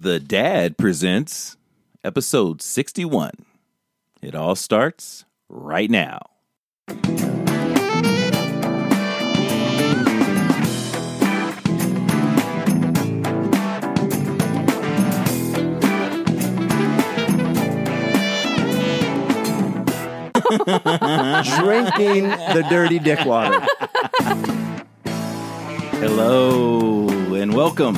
The Dad presents episode 61. It all starts right now. drinking the dirty dick water. Hello and welcome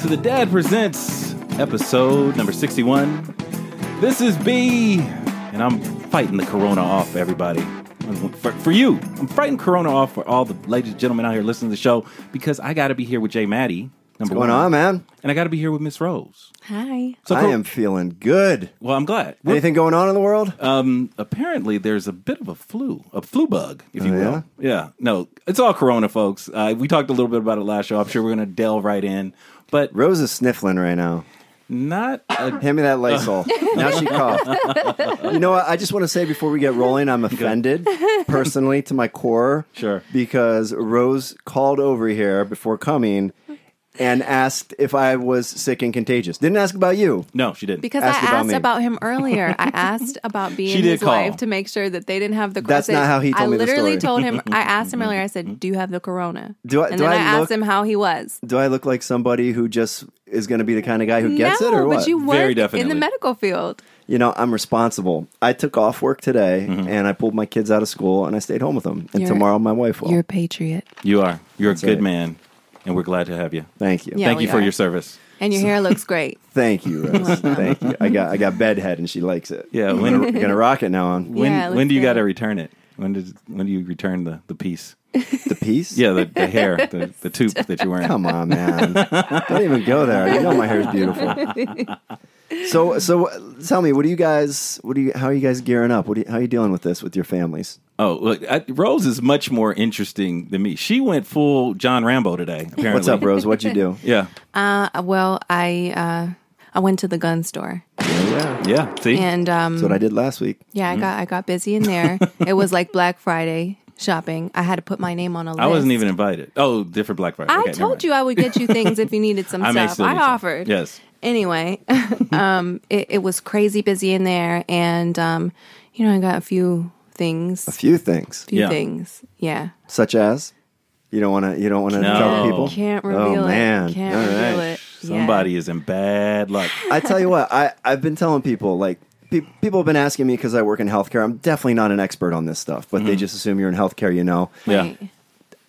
to The Dad presents episode number 61. This is B, and I'm fighting the corona off, everybody. For, for you, I'm fighting corona off for all the ladies and gentlemen out here listening to the show because I got to be here with Jay Maddie. Number What's going one, on, man? and I got to be here with Miss Rose. Hi. So I cor- am feeling good. Well, I'm glad. We're- Anything going on in the world? Uh, Um, apparently there's a bit of a flu, a flu bug, if you Oh, will. Yeah? no, it's all corona, folks. Uh, we talked a little bit about it last show. I'm sure we're going to delve right in, but Rose is sniffling right now. not a, Hand me that Lysol. now she coughed. You know what? I just want to say before we get rolling, I'm offended personally to my core. Sure. Because Rose called over here before coming and asked if I was sick and contagious. Didn't ask about you. no, she didn't. Because Ask I about asked me. about him earlier. I asked about being did his call. wife to make sure that they didn't have the corona. That's not how he told I me the story. literally told him, I asked him earlier, I said, Do you have the corona? Do I- and do then I I, asked look- him how he was. Do I look like somebody who just is going to be the kind of guy who gets no, it or what? but you Very work in definitely. the medical field. you know, I'm responsible. I took off work today Mm-hmm. and I pulled my kids out of school and I stayed home with them. And You're- tomorrow my wife will. You're a patriot. You are. You're a good it. man, and we're glad to have you. Thank you. Yeah. Thank we you for are. your service. And your hair looks great. Thank you, Rose. Thank you. I got I got bedhead and she likes it. Yeah, I'm when- gonna, I'm gonna rock it now on When Yeah, it when looks do you good. got to return it? When does when do you return the the piece? the piece. Yeah, the, the hair, the, the tube that you're wearing. Come on, man. Don't even go there. You know my hair's beautiful. So so uh, tell me, what do you guys? What do you? How are you guys gearing up? What do you, how are you dealing with this with your families? Oh, look, I, Rose is much more interesting than me. She went full John Rambo today. Apparently, What's up, Rose? What'd you do? Yeah, Uh, well, I uh, I went to the gun store. Yeah, yeah. That's yeah. See, And um, what I did last week. yeah, I got I got busy in there. it was like Black Friday shopping. I had to put my name on a list. I wasn't even invited. Oh, different Black Friday. I Okay, never told mind. you I would get you things if you needed some I may stuff. still I need some. offered. Yes. Anyway, um, it, it was crazy busy in there, and um, you know I got a few things, a few, Few things, Yeah. things. Yeah, such as you don't want to. You don't want to No. tell the people. can't reveal oh, man. it. Can't All right. reveal it. Yeah. Somebody is in bad luck. I tell you what, I, I've been telling people, like, pe- people have been asking me because I work in healthcare. I'm definitely not an expert on this stuff, but they just assume you're in healthcare, you know. Yeah. Right.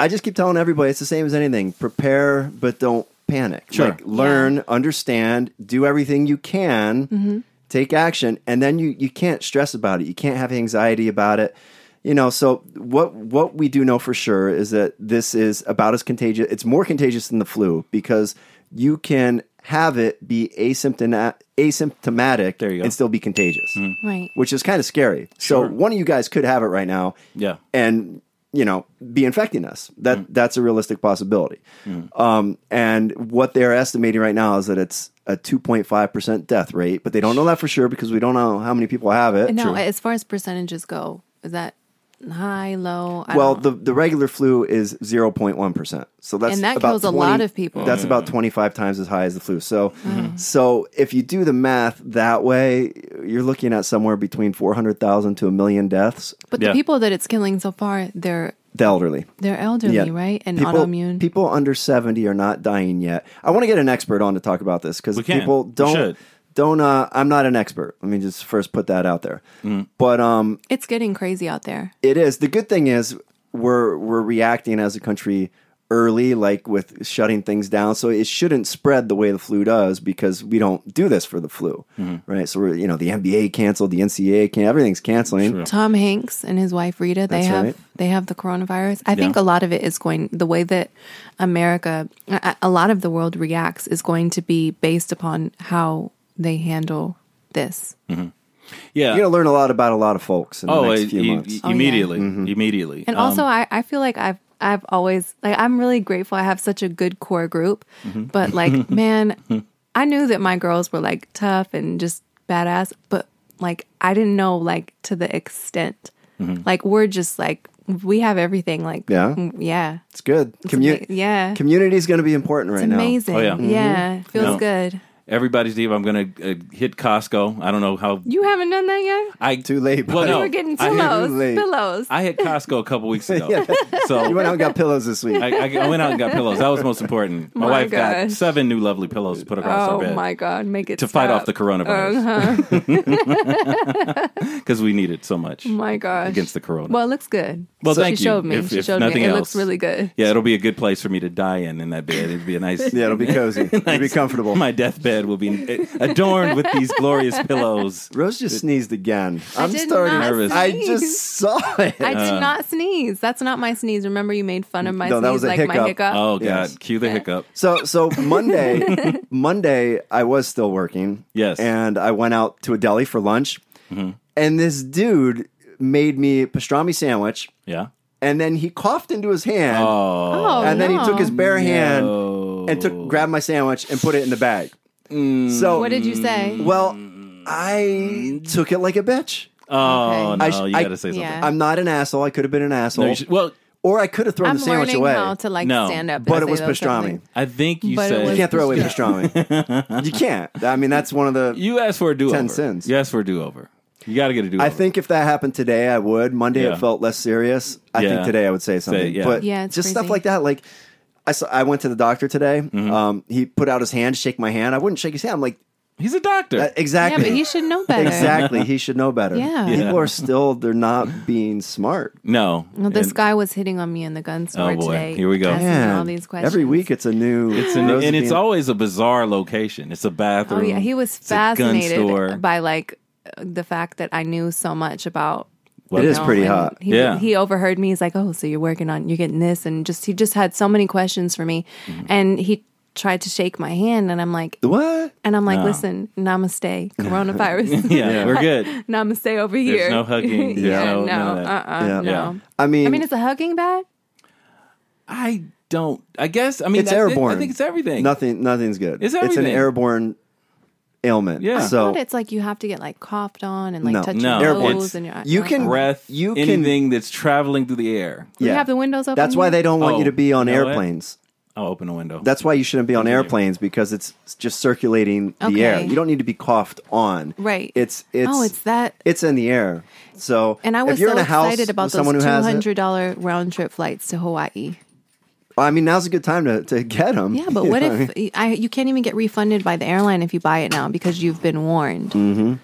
I just keep telling everybody it's the same as anything prepare, but don't panic. Sure. Like, learn, understand, do everything you can, Mm-hmm. take action, and then you, you can't stress about it. You can't have anxiety about it. You know, so what what we do know for sure is that this is about as contagious. It's more contagious than the flu because you can have it be asymptoma- asymptomatic There you go. Mm-hmm. and still be contagious, Right. which is kind of scary. So one of you guys could have it right now Yeah. and you know be infecting us that that's a realistic possibility um, and what they're estimating right now is that it's a 2.5% death rate but they don't know that for sure because we don't know how many people have it No, as far as percentages go, is that high, low? I well don't- the, the regular flu is 0.1% so that's And that about kills a 20 lot of people. Mm-hmm. that's about 25 times as high as the flu so so if you do the math that way you're looking at somewhere between 400000 to a million deaths but yeah. the people that it's killing so far, they're the elderly they're elderly, right, and people, autoimmune. People under seventy are not dying yet. I want to get an expert on to talk about this because We can. people We don't should. don't. Uh, I'm not an expert. Let me just first put that out there. Mm. But um, it's getting crazy out there. it is the good thing is we're we're reacting as a country early, like with shutting things down, so it shouldn't spread the way the flu does because we don't do this for the flu, Mm-hmm. right? So we're you know the NBA canceled, the NCAA can everything's canceling. Tom Hanks and his wife Rita, they That's have right. they have the coronavirus. I think Yeah. a lot of it is going the way that America, a a lot of the world reacts is going to be based upon how they handle this. Yeah. You're gonna learn a lot about a lot of folks in the oh, next i- few i- months. Mm-hmm. yeah. immediately. Immediately. And Um, also, I, I feel like I've I've always like I'm really grateful. I have such a good core group, Mm-hmm. but like man, I knew that my girls were like tough and just badass, but like I didn't know like to the extent. Like we're just like we have everything. Like Mm-hmm. Yeah. mm, yeah. it's good. Commu- ama- yeah. community is going to be important right now. Amazing. Oh, yeah. yeah. it feels No. good. Everybody's diva. I'm going to uh, hit Costco. I don't know how. You haven't done that yet? I Too late, Well, buddy. no, We're getting I hit- pillows. late. Pillows. I hit Costco a couple weeks ago. Yeah. So You went out and got pillows this week. I, I, I went out and got pillows. That was most important. My, My wife got gosh. seven new lovely pillows to put across our oh bed my God. Make it to fight off the stop. coronavirus Uh-huh. because we need it so much. Oh, my gosh. Against the corona. Well, it looks good. Well, she thank you. showed me. If- she if showed nothing me. else. It looks really good. yeah, it'll be a good place for me to die in in that bed. It'd be a nice. Yeah, it'll be cozy. It'll be comfortable. My deathbed will be adorned with these glorious pillows. Rose just sneezed again. I'm did starting not Nervous. I sneeze. just saw it. I did not sneeze. That's not my sneeze. Remember, you made fun of my No, sneeze, that was a like my hiccup. hiccup. Oh God! Yes. Cue the hiccup. So so Monday, Monday I was still working. Yes. Mm-hmm. and I went out to a deli for lunch, and this dude made me pastrami sandwich, Yeah. and then he coughed into his hand, Oh. Oh, and then no. he took his bare hand Oh. and took grabbed my sandwich and put it in the bag. Mm. So What did you say? Well, I took it like a bitch. Oh, Okay. no! I sh- you I- got to say something. Yeah. I'm not an asshole. I could have been an No, asshole, you should- well, or I could have thrown I'm the sandwich learning away. how to like No. stand up. and but it say was those kind of pastrami. things. I think you But it said You was- can't throw away pastrami. you can't. I mean, that's one of the. you asked for a do over. cents. You asked for a do over. You got to get a do over. I think if that happened today, I would. Monday, Yeah. it felt less serious. I Yeah. think today I would say something. yeah. But Yeah, it's just stuff crazy. like that. Like, I saw, I went to the doctor today. Mm-hmm. Um, he put out his hand to shake my hand. I wouldn't shake his hand. I'm like, he's a doctor. uh, Yeah, but exactly. he should know better. exactly. He should know better. Yeah. Yeah. People are still, they're not being smart. no, Well, this And- guy was hitting on me in the gun store Oh, boy. today. Here we go. Asking Man, all these questions. Every week it's a new. It's an, Rosie and it's being- always a bizarre location. It's a Oh bathroom. yeah, he was It's a gun store. fascinated by like the fact that I knew so much about. It is pretty and hot. He, Yeah. he overheard me. He's like, "Oh, so you're working on you're getting this," and just he just had so many questions for me, Mm-hmm. and he tried to shake my hand, and I'm like, What? and I'm like, No. "Listen, namaste, coronavirus, yeah, we're good. namaste over here." no hugging. yeah, There's no- no, none of uh, that. uh Yeah. no. Yeah. I mean, I mean, is the hugging bad? I don't. I guess. I mean, it's that's it. airborne. I think it's everything. Nothing. Nothing's good. It's an everything. airborne ailment. Yeah. I So But it's like you have to get like coughed on and like oh. No. touch No. your Airborne. nose and your You uh, can breath. You can- anything that's traveling through the air. We yeah. have the windows open. That's why here? they don't want Oh, you to be on you know what? airplanes. I'll open a window. That's why you shouldn't be on airplanes because it's just circulating the Okay. air. You don't need to be coughed on. Right. It's it's oh, it's that. it's in the air. So And I if was you're so in a house excited about with someone those who two has it, hundred dollar round trip flights to Hawaii. I mean, now's a good time to, to get them. Yeah, but what if I, you can't even get refunded by the airline if you buy it now because you've been warned? Mm.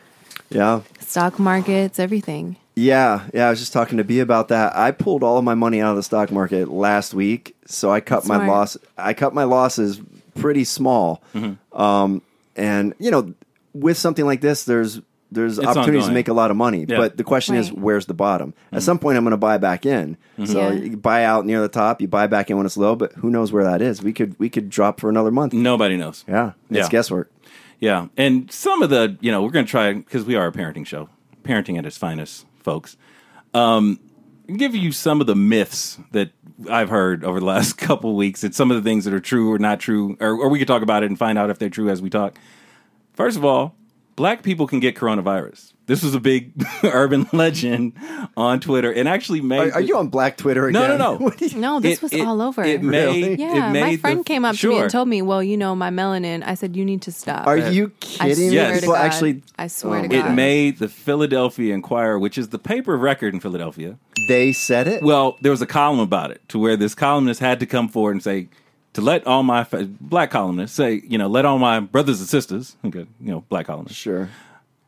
yeah, Stock markets, everything. yeah, yeah. I was just talking to B about that. I pulled all of my money out of the stock market last week, so I cut my Smart. loss. I cut my losses pretty small. Um, and you know, with something like this, there's there's opportunities to ongoing. make a lot of money. Yeah. But the question is, Right. Mm-hmm. where's the bottom? At some point, I'm going to buy back in. So Yeah. you buy out near the top, you buy back in when it's low, but who knows where that is? We could we could drop for another month. Nobody knows. Mm-hmm. Yeah, it's Yeah. guesswork. Yeah. And some of the, you know, we're going to try because we are a parenting show, parenting at its finest, folks. Um, give you some of the myths that I've heard over the last couple weeks. It's some of the things that are true or not true, or, or we could talk about it and find out if they're true as we talk. First of all, black people can get coronavirus. This was a big urban legend on Twitter, and actually made Are, are you on Black Twitter No, again? no, no. What do you- No, this It- was it- all over. It made, Really? yeah, it made my friend the- came up to me Sure. and told me, "Well, you know, my melanin." I said, "You need to stop." Are you kidding? I me? swear Yes. to People God. actually, I swear Oh to my It God. made the Philadelphia Inquirer, which is the paper of record in Philadelphia. they said it. Well, there was a column about it to where this columnist had to come forward and say, to let all my fa- black columnists say, you know, let all my brothers and sisters, okay, you know, black columnists, sure.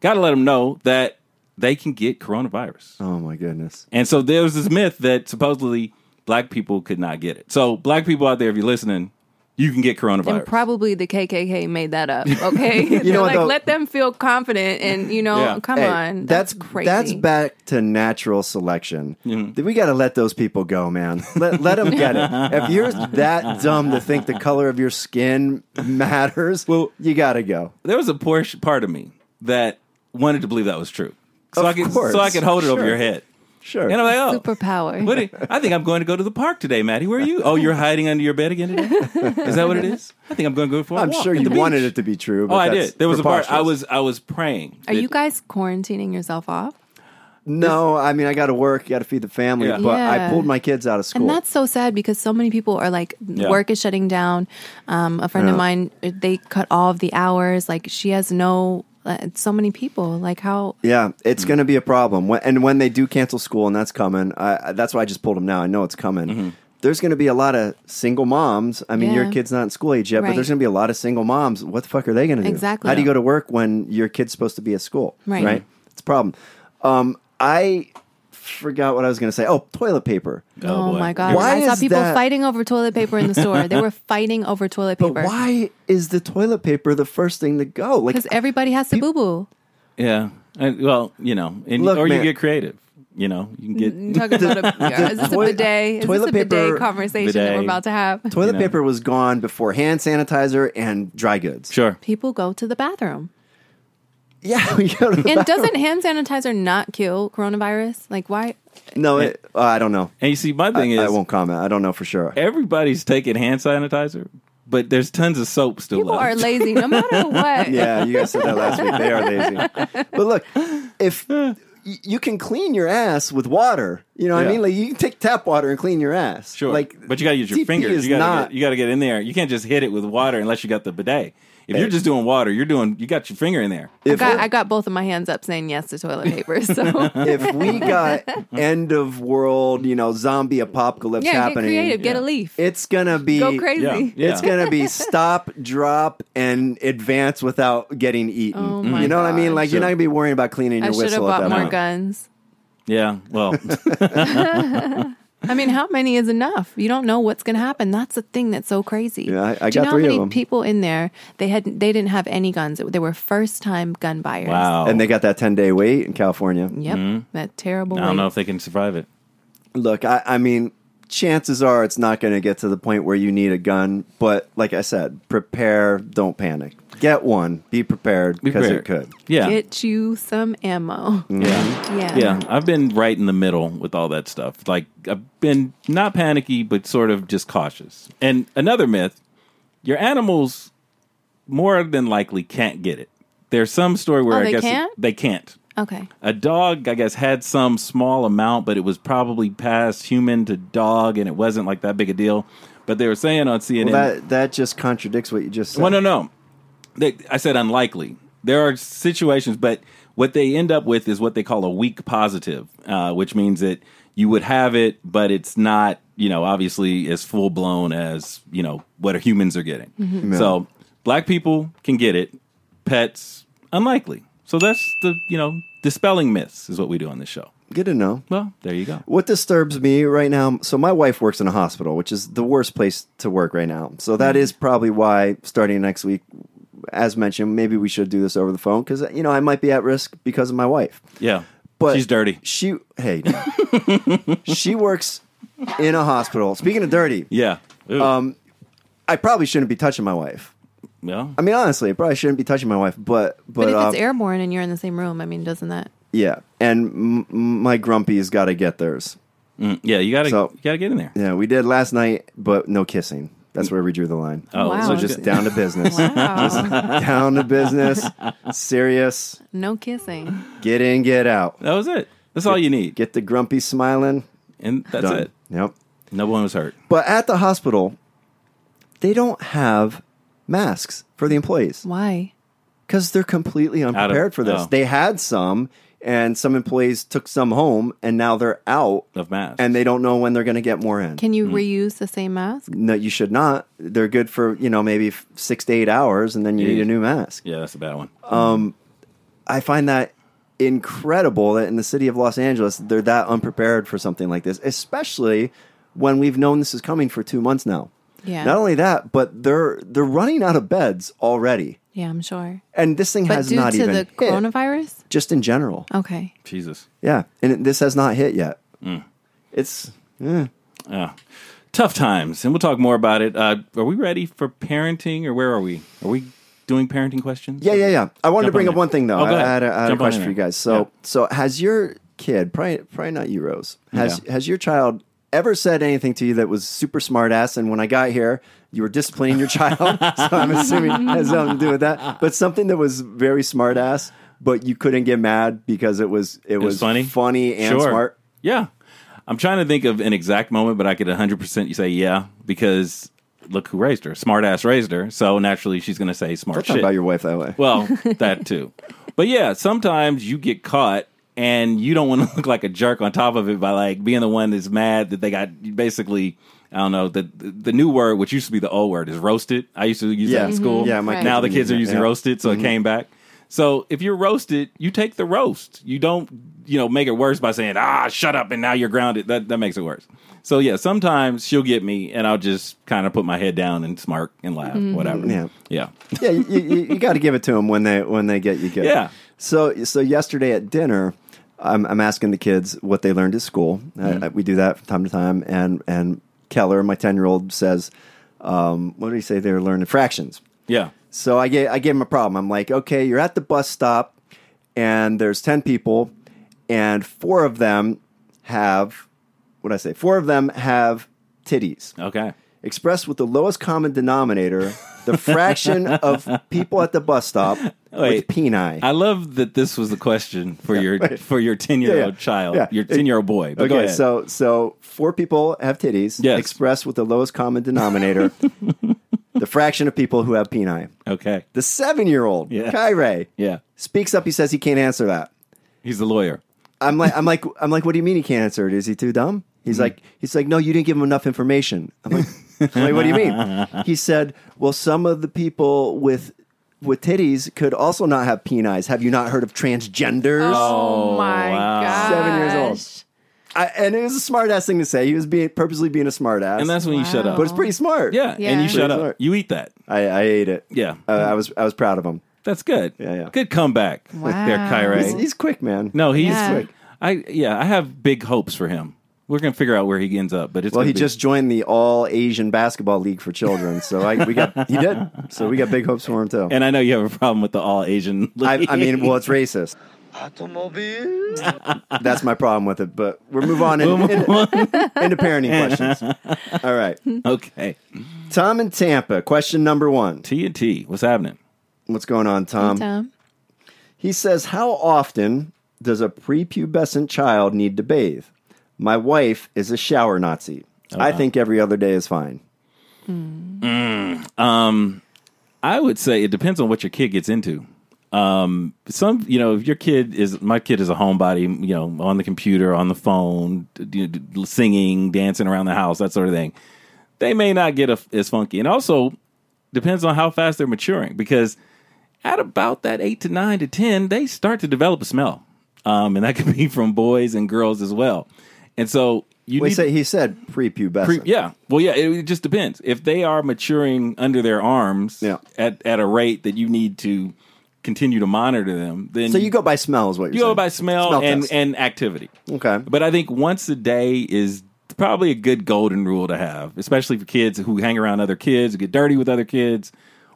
got to let them know that they can get coronavirus. Oh my goodness. And so there was this myth that supposedly black people could not get it. So, black people out there, if you're listening, you can get coronavirus. And probably the KKK made that up. Okay, you know what, like though? let them feel confident, and you know, Yeah. come Hey, on, that's, crazy. That's back to natural selection. Mm-hmm. We got to let those people go, man. Let let them get it. If you're that dumb to think the color of your skin matters, Well- you got to go. there was a portion part of me that wanted to believe that was true. So Of I could course. so I could hold it over Sure. your head. Sure. And I'm like, oh, superpower. What do you- I think I'm going to go to the park today, Maddie. Where are you? Oh, you're hiding under your bed again today. Is that what it is? I think I'm going to go for a I'm walk sure at you the wanted beach. it to be true. But Oh, I that's did. There was a part I preposterous. was I was praying. Are that- you guys quarantining yourself off? No, I mean I got to work, got to feed the family, Yeah. but I Yeah. pulled my kids out of school. And that's so sad because so many people are like, work is shutting down. Um, a friend Yeah. of mine, they cut all of the hours. Like, she has no, uh, so many people. Like, how, yeah, Hmm. it's going to be a problem. When, and when they do cancel school, and that's coming, I, I- that's why I just pulled them now. I know it's coming. Mm-hmm. There's going to be a lot of single moms. I mean, your Yeah. kid's not in school age yet, but Right. there's going to be a lot of single moms. What the fuck are they going to do? Exactly. How do you Yeah. go to work when your kid's supposed to be at school? Right. It's a problem. Um, I forgot what I was going to say. Oh, toilet paper. oh, boy. my God. Here Why I saw is people that- fighting over toilet paper in the store. they were fighting over toilet But paper. why is the toilet paper the first thing to go? Like, Because everybody has to boo boo. we go. Yeah. And, well, you know, and, Look, or man. you get creative. You know, you can You get. talk about a, yeah, is this Toilet- a bidet? Is toilet this a bidet paper- conversation that bidet. we're about to have? toilet know. paper was gone before hand sanitizer and dry goods. Sure. People go to the bathroom. Yeah, we go to the And bathroom. doesn't hand sanitizer not kill coronavirus? Like, why? No, it, uh, I don't know. And you see, my I, thing is, I won't comment. I don't know for sure. everybody's taking hand sanitizer, but there's tons of soap still People left. are lazy no matter what. Yeah, you guys said that last week. They are lazy. But look, if y- you can clean your ass with water, you know what Yeah. I mean? Like you can take tap water and clean your ass. Sure. Like, but you gotta use your TP fingers. Is You gotta not. get, you gotta get in there. You can't just hit it with water unless you got the bidet. If you're just doing water, you're doing you got your finger in there. I if, got, I got both of my hands up saying yes to toilet paper. So if we got end of world, you know, zombie apocalypse yeah, get happening, creative, get yeah. a leaf, it's gonna be go crazy. Yeah. Yeah. It's gonna be stop, drop, and advance without getting eaten. Oh my you know what I mean? gosh. Like you're not gonna be worrying about cleaning I your should have whistle at bought that more point. guns. Yeah. Well I mean, how many is enough? You don't know what's going to happen. That's the thing that's so crazy. Yeah, I- I Do you got three know how of many them. people in there? They had they didn't have any guns. They were first time gun buyers. Wow. Mm-hmm. And they got that ten day wait in California. Yep, that terrible. I don't know wait. if they can survive it. Look, I, I mean, chances are it's not going to get to the point where you need a gun. But like I said, prepare, don't panic. Get one, be prepared because it prepared. could. Yeah. Get you some ammo. Mm. yeah. Yeah. Yeah, I've been right in the middle with all that stuff. Like I've been not panicky, but sort of just cautious. And another myth: your animals more than likely can't get it. There's some story where Oh, I they guess can't? they can't. Okay. A dog, I guess, had some small amount, but it was probably past human to dog, and it wasn't like that big a deal. But they were saying on CNN, Well, that that just contradicts what you just said. well, no, no. They, I said unlikely. There are situations, but what they end up with is what they call a weak positive, uh, which means that you would have it, but it's not, you know, obviously as full blown as, you know, what humans are getting. So black people can get it, pets, unlikely. So that's the, you know, dispelling myths is what we do on this show. Good to know. Well, there you go. What disturbs me right now, so my wife works in a hospital, which is the worst place to work right now. So that is probably why starting next week, as mentioned, maybe we should do this over the phone because you know I might be at risk because of my wife. Yeah. But She's dirty. She hey, no. she works in a hospital. Speaking of dirty, Yeah. Um, I probably shouldn't be touching my wife. yeah. I mean, honestly, I probably shouldn't be touching my wife. But but, But if um, it's airborne and you're in the same room, I mean, doesn't that? yeah, and m- m- my grumpy's got to get theirs. yeah, you gotta So- you gotta get in there. Yeah, we did last night, but no kissing. That's where we drew the line. Oh, Wow. So just down to business. Wow. down to business. Serious. no kissing. Get in, get out. That was it. That's all you need. Get the grumpy smiling. and that's Done. it. Yep. No one was hurt. But at the hospital, they don't have masks for the employees Why? because they're completely unprepared for this. oh. They had some, and some employees took some home, and now they're out, Of masks. and they don't know when they're going to get more in. Can you reuse the same mask? no, you should not. They're good for you know maybe f- six to eight hours, and then you Yeah. need a new mask. yeah, that's a bad one. I find that incredible that in the city of Los Angeles, they're that unprepared for something like this, especially when we've known this is coming for two months now. Yeah. Not only that, but they're they're running out of beds already, Yeah, I'm sure. and this thing But has due not to even the hit, coronavirus? just in general. Okay. Jesus. Yeah, and it, this has not hit yet. It's Yeah. eh. Ah. Tough times, and we'll talk more about it. Uh, are we ready for parenting, or where are we? Are we doing parenting questions? yeah, yeah, yeah. I wanted Jump to bring on up in. one thing though. Oh, go I, I ahead. had a, I had a Jump on question in for you there. guys. So, so has your kid probably probably not you, Rose? Has Yeah. has your child ever said anything to you that was super smart ass? And when I got here, you were disciplining your child. so I'm assuming it has something to do with that. But something that was very smart ass, but you couldn't get mad because it was it, was, funny? and Sure. smart. Yeah. I'm trying to think of an exact moment, but I could 100% say yeah because look who raised her. Smart ass raised her. So naturally she's going to say smart Don't shit. talk about your wife that way. well, that too. But yeah, sometimes you get caught and you don't want to look like a jerk on top of it by like being the one that's mad that they got basically I don't know, the the, the new word which used to be the old word is roasted. I used to use that in Yeah. Mm-hmm. school. Yeah, my Right. now the kids are Yeah. Mm-hmm. using roasted, so it came back. So if you're roasted, you take the roast. You don't, you know, make it worse by saying, "Ah, shut up," and now you're grounded. That that makes it worse. So yeah, sometimes she'll get me, and I'll just kind of put my head down and smirk and laugh, whatever. Yeah. yeah, yeah, you, you, you got to give it to them when they when they get you good. Yeah. So so yesterday at dinner, I'm, I'm asking the kids what they learned at school. I, I, we do that from time to time, and and Keller, my ten year old, says, um, "What did he say? They were learning fractions." yeah. So I gave, I gave him a problem. I'm like, okay, you're at the bus stop and there's 10 people and four of them have, what did I say? Four of them have titties Okay. expressed with the lowest common denominator, the fraction of people at the bus stop with Wait. Uh, peni. I love that this was the question for your for your ten year Yeah, yeah. old child, Yeah. your ten year old boy. But go Okay, ahead. so so four people have titties Yes. expressed with the lowest common denominator, the fraction of people who have peni. okay, The seven-year-old Yeah. Kyrie yeah, speaks up. He says he can't answer that. he's a lawyer. I'm like, I'm like, I'm like, what do you mean he can't answer it? Is he too dumb? He's Mm-hmm. like, he's like, no, you didn't give him enough information. I'm like, I'm like, what do you mean? He said, well, some of the people with with titties could also not have penis. Have you not heard of transgenders? Oh, Oh, my wow. gosh. Seven years old. I, and it was a smart ass thing to say. He was being purposely being a smart ass, And that's when you shut Wow. up. but it's pretty smart. yeah, Yeah. and you shut Pretty up. smart. You eat that. I, I ate it. Yeah. uh, I was I was proud of him. That's good. Yeah, yeah. Good comeback Wow. there, Kyrie. He's, he's quick, man. no, he's Yeah. quick. I yeah, I have big hopes for him. We're gonna figure out where he ends up, but it's Well, gonna he be- just joined the All Asian Basketball League for Children, so I, we got he did. So we got big hopes for him too. and I know you have a problem with the all Asian. I, I mean, well, it's racist. Automobile. That's my problem with it. But we'll move on in, in- into parenting questions. All right. okay, Tom in Tampa, question number one. T and T, what's happening? What's going on, Tom? Tom. He says, How often does a prepubescent child need to bathe? My wife is a shower Nazi. Oh, I think every other day is fine. I would say it depends on what your kid gets into. Um, some, you know, if your kid is, my kid is a homebody, you know, on the computer, on the phone, d- d- singing, dancing around the house, that sort of thing. They may not get a, as funky. And also depends on how fast they're maturing because at about that eight to nine to 10, they start to develop a smell. Um, and that could be from boys and girls as well. And so you Well, he need said, he said prepubescent. Pre- yeah. Well, yeah. It, it just depends. If they are maturing under their arms Yeah. at at a rate that you need to continue to monitor them, then So you go by smell, is what you're you saying. go by smell, and test. and activity. Okay. But I think once a day is probably a good golden rule to have, especially for kids who hang around other kids, who get dirty with other kids.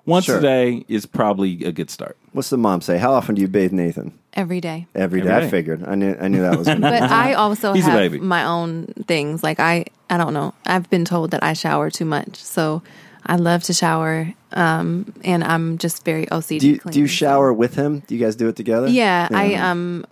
Once Sure. a day is probably a good start. What's the mom say? How often do you bathe Nathan? Every day. Every day. Every I day. figured. I knew, I knew that was going to But I also He's a have baby. my own things. Like I, I don't know. I've been told that I shower too much, so I love to shower. Um, and I'm just very OCD. do you, clean, do you so- shower with him? Do you guys do it together? Yeah, I um,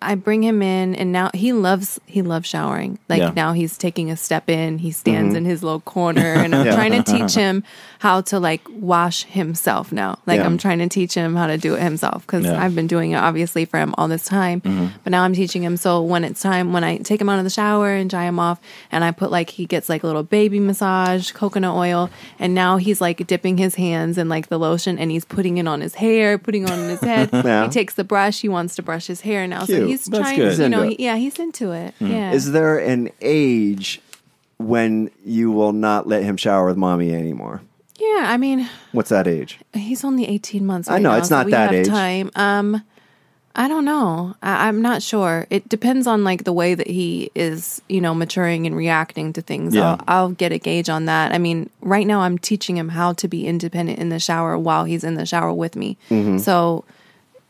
I bring him in, and now he loves he loves showering. Like Yeah. now he's taking a step in. He stands in his little corner, and I'm trying to teach him how to like wash himself now. Like Yeah. I'm trying to teach him how to do it himself because Yeah. I've been doing it obviously for him all this time, but now I'm teaching him. So when it's time, when I take him out of the shower and dry him off, and I put like he gets like a little baby massage, coconut oil, and now he's like dipping his hands in like the lotion, and he's putting it on his hair, putting it on his head. Yeah. He takes the brush. He wants to brush his hair now. So Cute. he's That's trying. good. He's You know, into he, it. Hmm. yeah, he's into it. Yeah. Is there an age when you will not let him shower with mommy anymore? yeah. I mean, What's that age? he's only eighteen months. I right know, now, it's so not we that have age. Time. Um, I don't know. I, I'm not sure. It depends on like the way that he is, you know, maturing and reacting to things. Yeah. I'll, I'll get a gauge on that. I mean, right now I'm teaching him how to be independent in the shower while he's in the shower with me. Mm-hmm. So.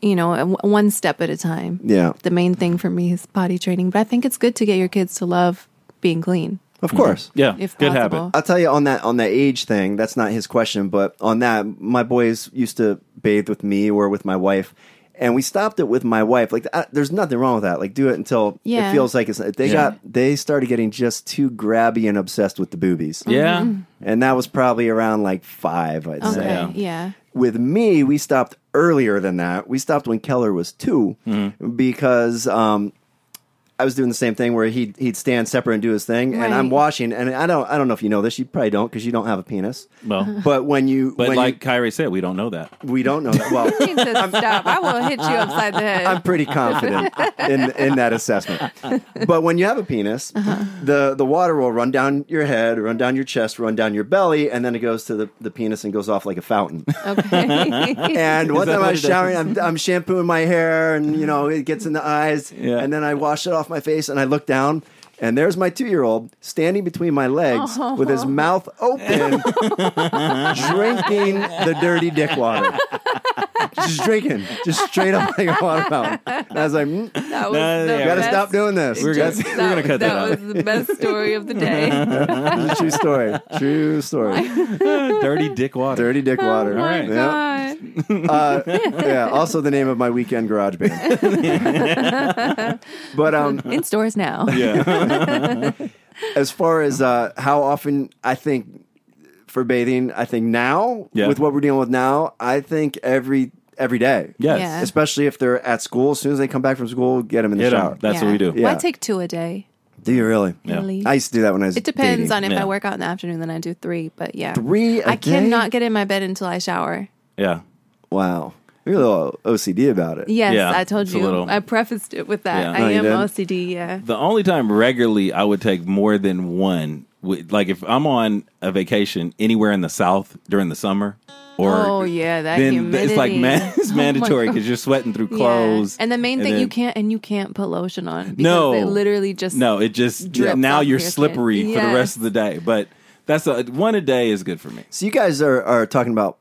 You know, w- one step at a time. Yeah. The main thing for me is potty training, but I think it's good to get your kids to love being clean. Of course. Yeah, If good possible. habit. I'll tell you on that on that age thing, that's not his question, but on that my boys used to bathe with me or with my wife And we stopped it with my wife. Like, I, there's nothing wrong with that. Like, do it until Yeah. it feels like it's. They Yeah. got they started getting just too grabby and obsessed with the boobies. Yeah. and that was probably around like five. I'd Mm-hmm. Okay. say Yeah. Yeah. with me, we stopped earlier than that. We stopped when Keller was 2 Mm-hmm. because um, I was doing the same thing where he'd he'd stand separate and do his thing, and I'm Right. watching. And I don't I don't know if you know this. You probably don't because you don't have a penis. Well, But when you but when like Kyrie said, we don't know that. you, we don't know that. Well, He says, stop. I will hit you upside the head. I'm pretty confident in in that assessment. But when you have a penis, the the water will run down your head, run down your chest, run down your belly, and then it goes to the, the penis and goes off like a fountain. okay. that And one time what I it was is? showering, I'm, I'm shampooing my hair, and you know it gets in the eyes, Yeah. and then I wash it off my face, and I look down, and there's my two year old standing between my legs Oh. with his mouth open, drinking the dirty dick water. Just drinking, just straight up like a water fountain. And I was like, mm, That was No, the yeah. gotta best- stop doing this. We're gonna, Just- we're gonna cut that, out. was the best story of the day. true story. True story. Dirty dick water. Dirty dick water. Oh my Alright. Yeah. god. Uh, yeah. Also, the name of my weekend garage band. but um, In stores now. Yeah. as far as uh, how often I think for bathing, I think now Yeah. with what we're dealing with now, I think every every day. yes. Yeah. Especially if they're at school, as soon as they come back from school, get them in the Get 'em. shower. That's what we do. Well, I Yeah. take two a day. do you really? Yeah. Really. I used to do that when I was. It depends dating. on if Yeah. I work out in the afternoon, then I do three. But yeah, Three a I cannot day? get in my bed until I shower. Yeah. Wow, you're a little OCD about it. Yes, Yeah, I told it's a you. little- I prefaced it with that. Yeah. I No, you am didn't. OCD. Yeah. The only time regularly I would take more than one, would- like if I'm on a vacation anywhere in the South during the summer, or Oh, yeah, that then it's like humidity. man, it's Oh, my mandatory God. because you're sweating through Yeah. clothes. And the main thing you then- can't and you can't put lotion on. Because No. it literally just No, it just drips now off you're your skin. slippery for the Yes. rest of the day. But that's a, one a day is good for me. So you guys are are talking about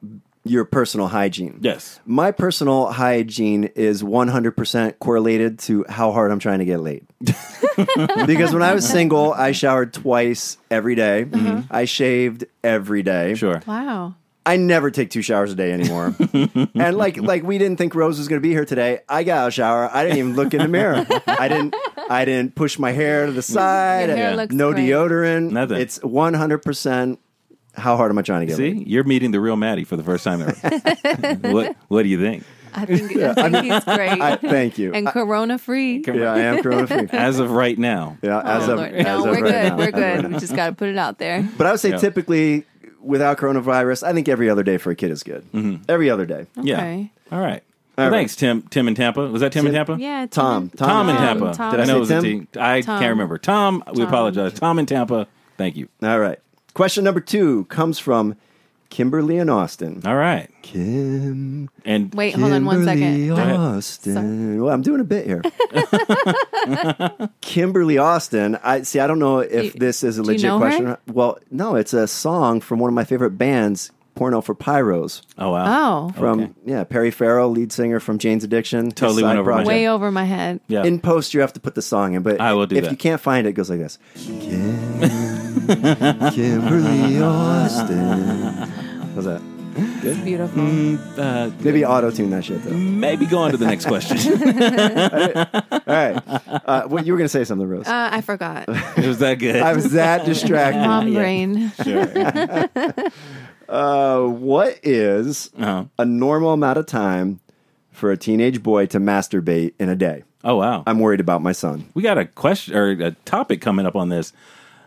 your personal hygiene. Yes. My personal hygiene is 100% correlated to how hard I'm trying to get laid. because when I was single, I showered twice every day. Mm-hmm. I shaved every day. Sure. Wow. I never take two showers a day anymore. and like like we didn't think Rose was going to be here today. I got out of the shower. I didn't even look in the mirror. I didn't I didn't push my hair to the side. Your hair looks no great. deodorant. Nothing. It's 100% how hard am I trying to get laid? See, you're meeting the real Maddie for the first time ever. what What do you think? I think, I think he's great. I, thank you. and I- corona free. Come on. yeah, I am corona free. As of right now, Yeah, as Oh, of, Lord. as No, of we're right good. now. We're good. We just got to put it out there. But I would say Yeah. typically without coronavirus, I think every other day for a kid is good. Mm-hmm. Every other day. yeah. Okay. All right. Well, right. Thanks, Tim. Tim in Tampa. Was that Tim, in Tampa? Yeah. Tom, Tim. Tom, Tom in Tom, Tampa. Tom. Did I know it was Did a I say team? I Tom. can't remember. Tom, we Tom. apologize. Tom in Tampa. Thank you. All right. Question number two comes from Kimberly and Austin. All right. Kim. And Wait, hold on one Kimberly second. ahead. Austin. Well, I'm doing a bit here. Kimberly Austin. I see. I don't know if Do you- this is a do you legit know her? question. or- Well, no, it's a song from one of my favorite bands, Porno for Pyros. oh wow. Oh, From Okay. yeah, Perry Farrell, lead singer from Jane's Addiction. his Totally side went over my project. head. way over my head. Yeah. In post, you have to put the song in, but I will do if that. you can't find it, it goes like this. Kim, Kimberly Austin. How's that? It's beautiful. Uh, Maybe auto tune that shit though. maybe go on to the next question. All right. Uh, what you were gonna say something, Rose? Uh, I forgot. it was that good. I was that distracted. Mom brain. Uh, what is Uh-huh. a normal amount of time for a teenage boy to masturbate in a day? Oh wow. I'm worried about my son. we got a question or a topic coming up on this.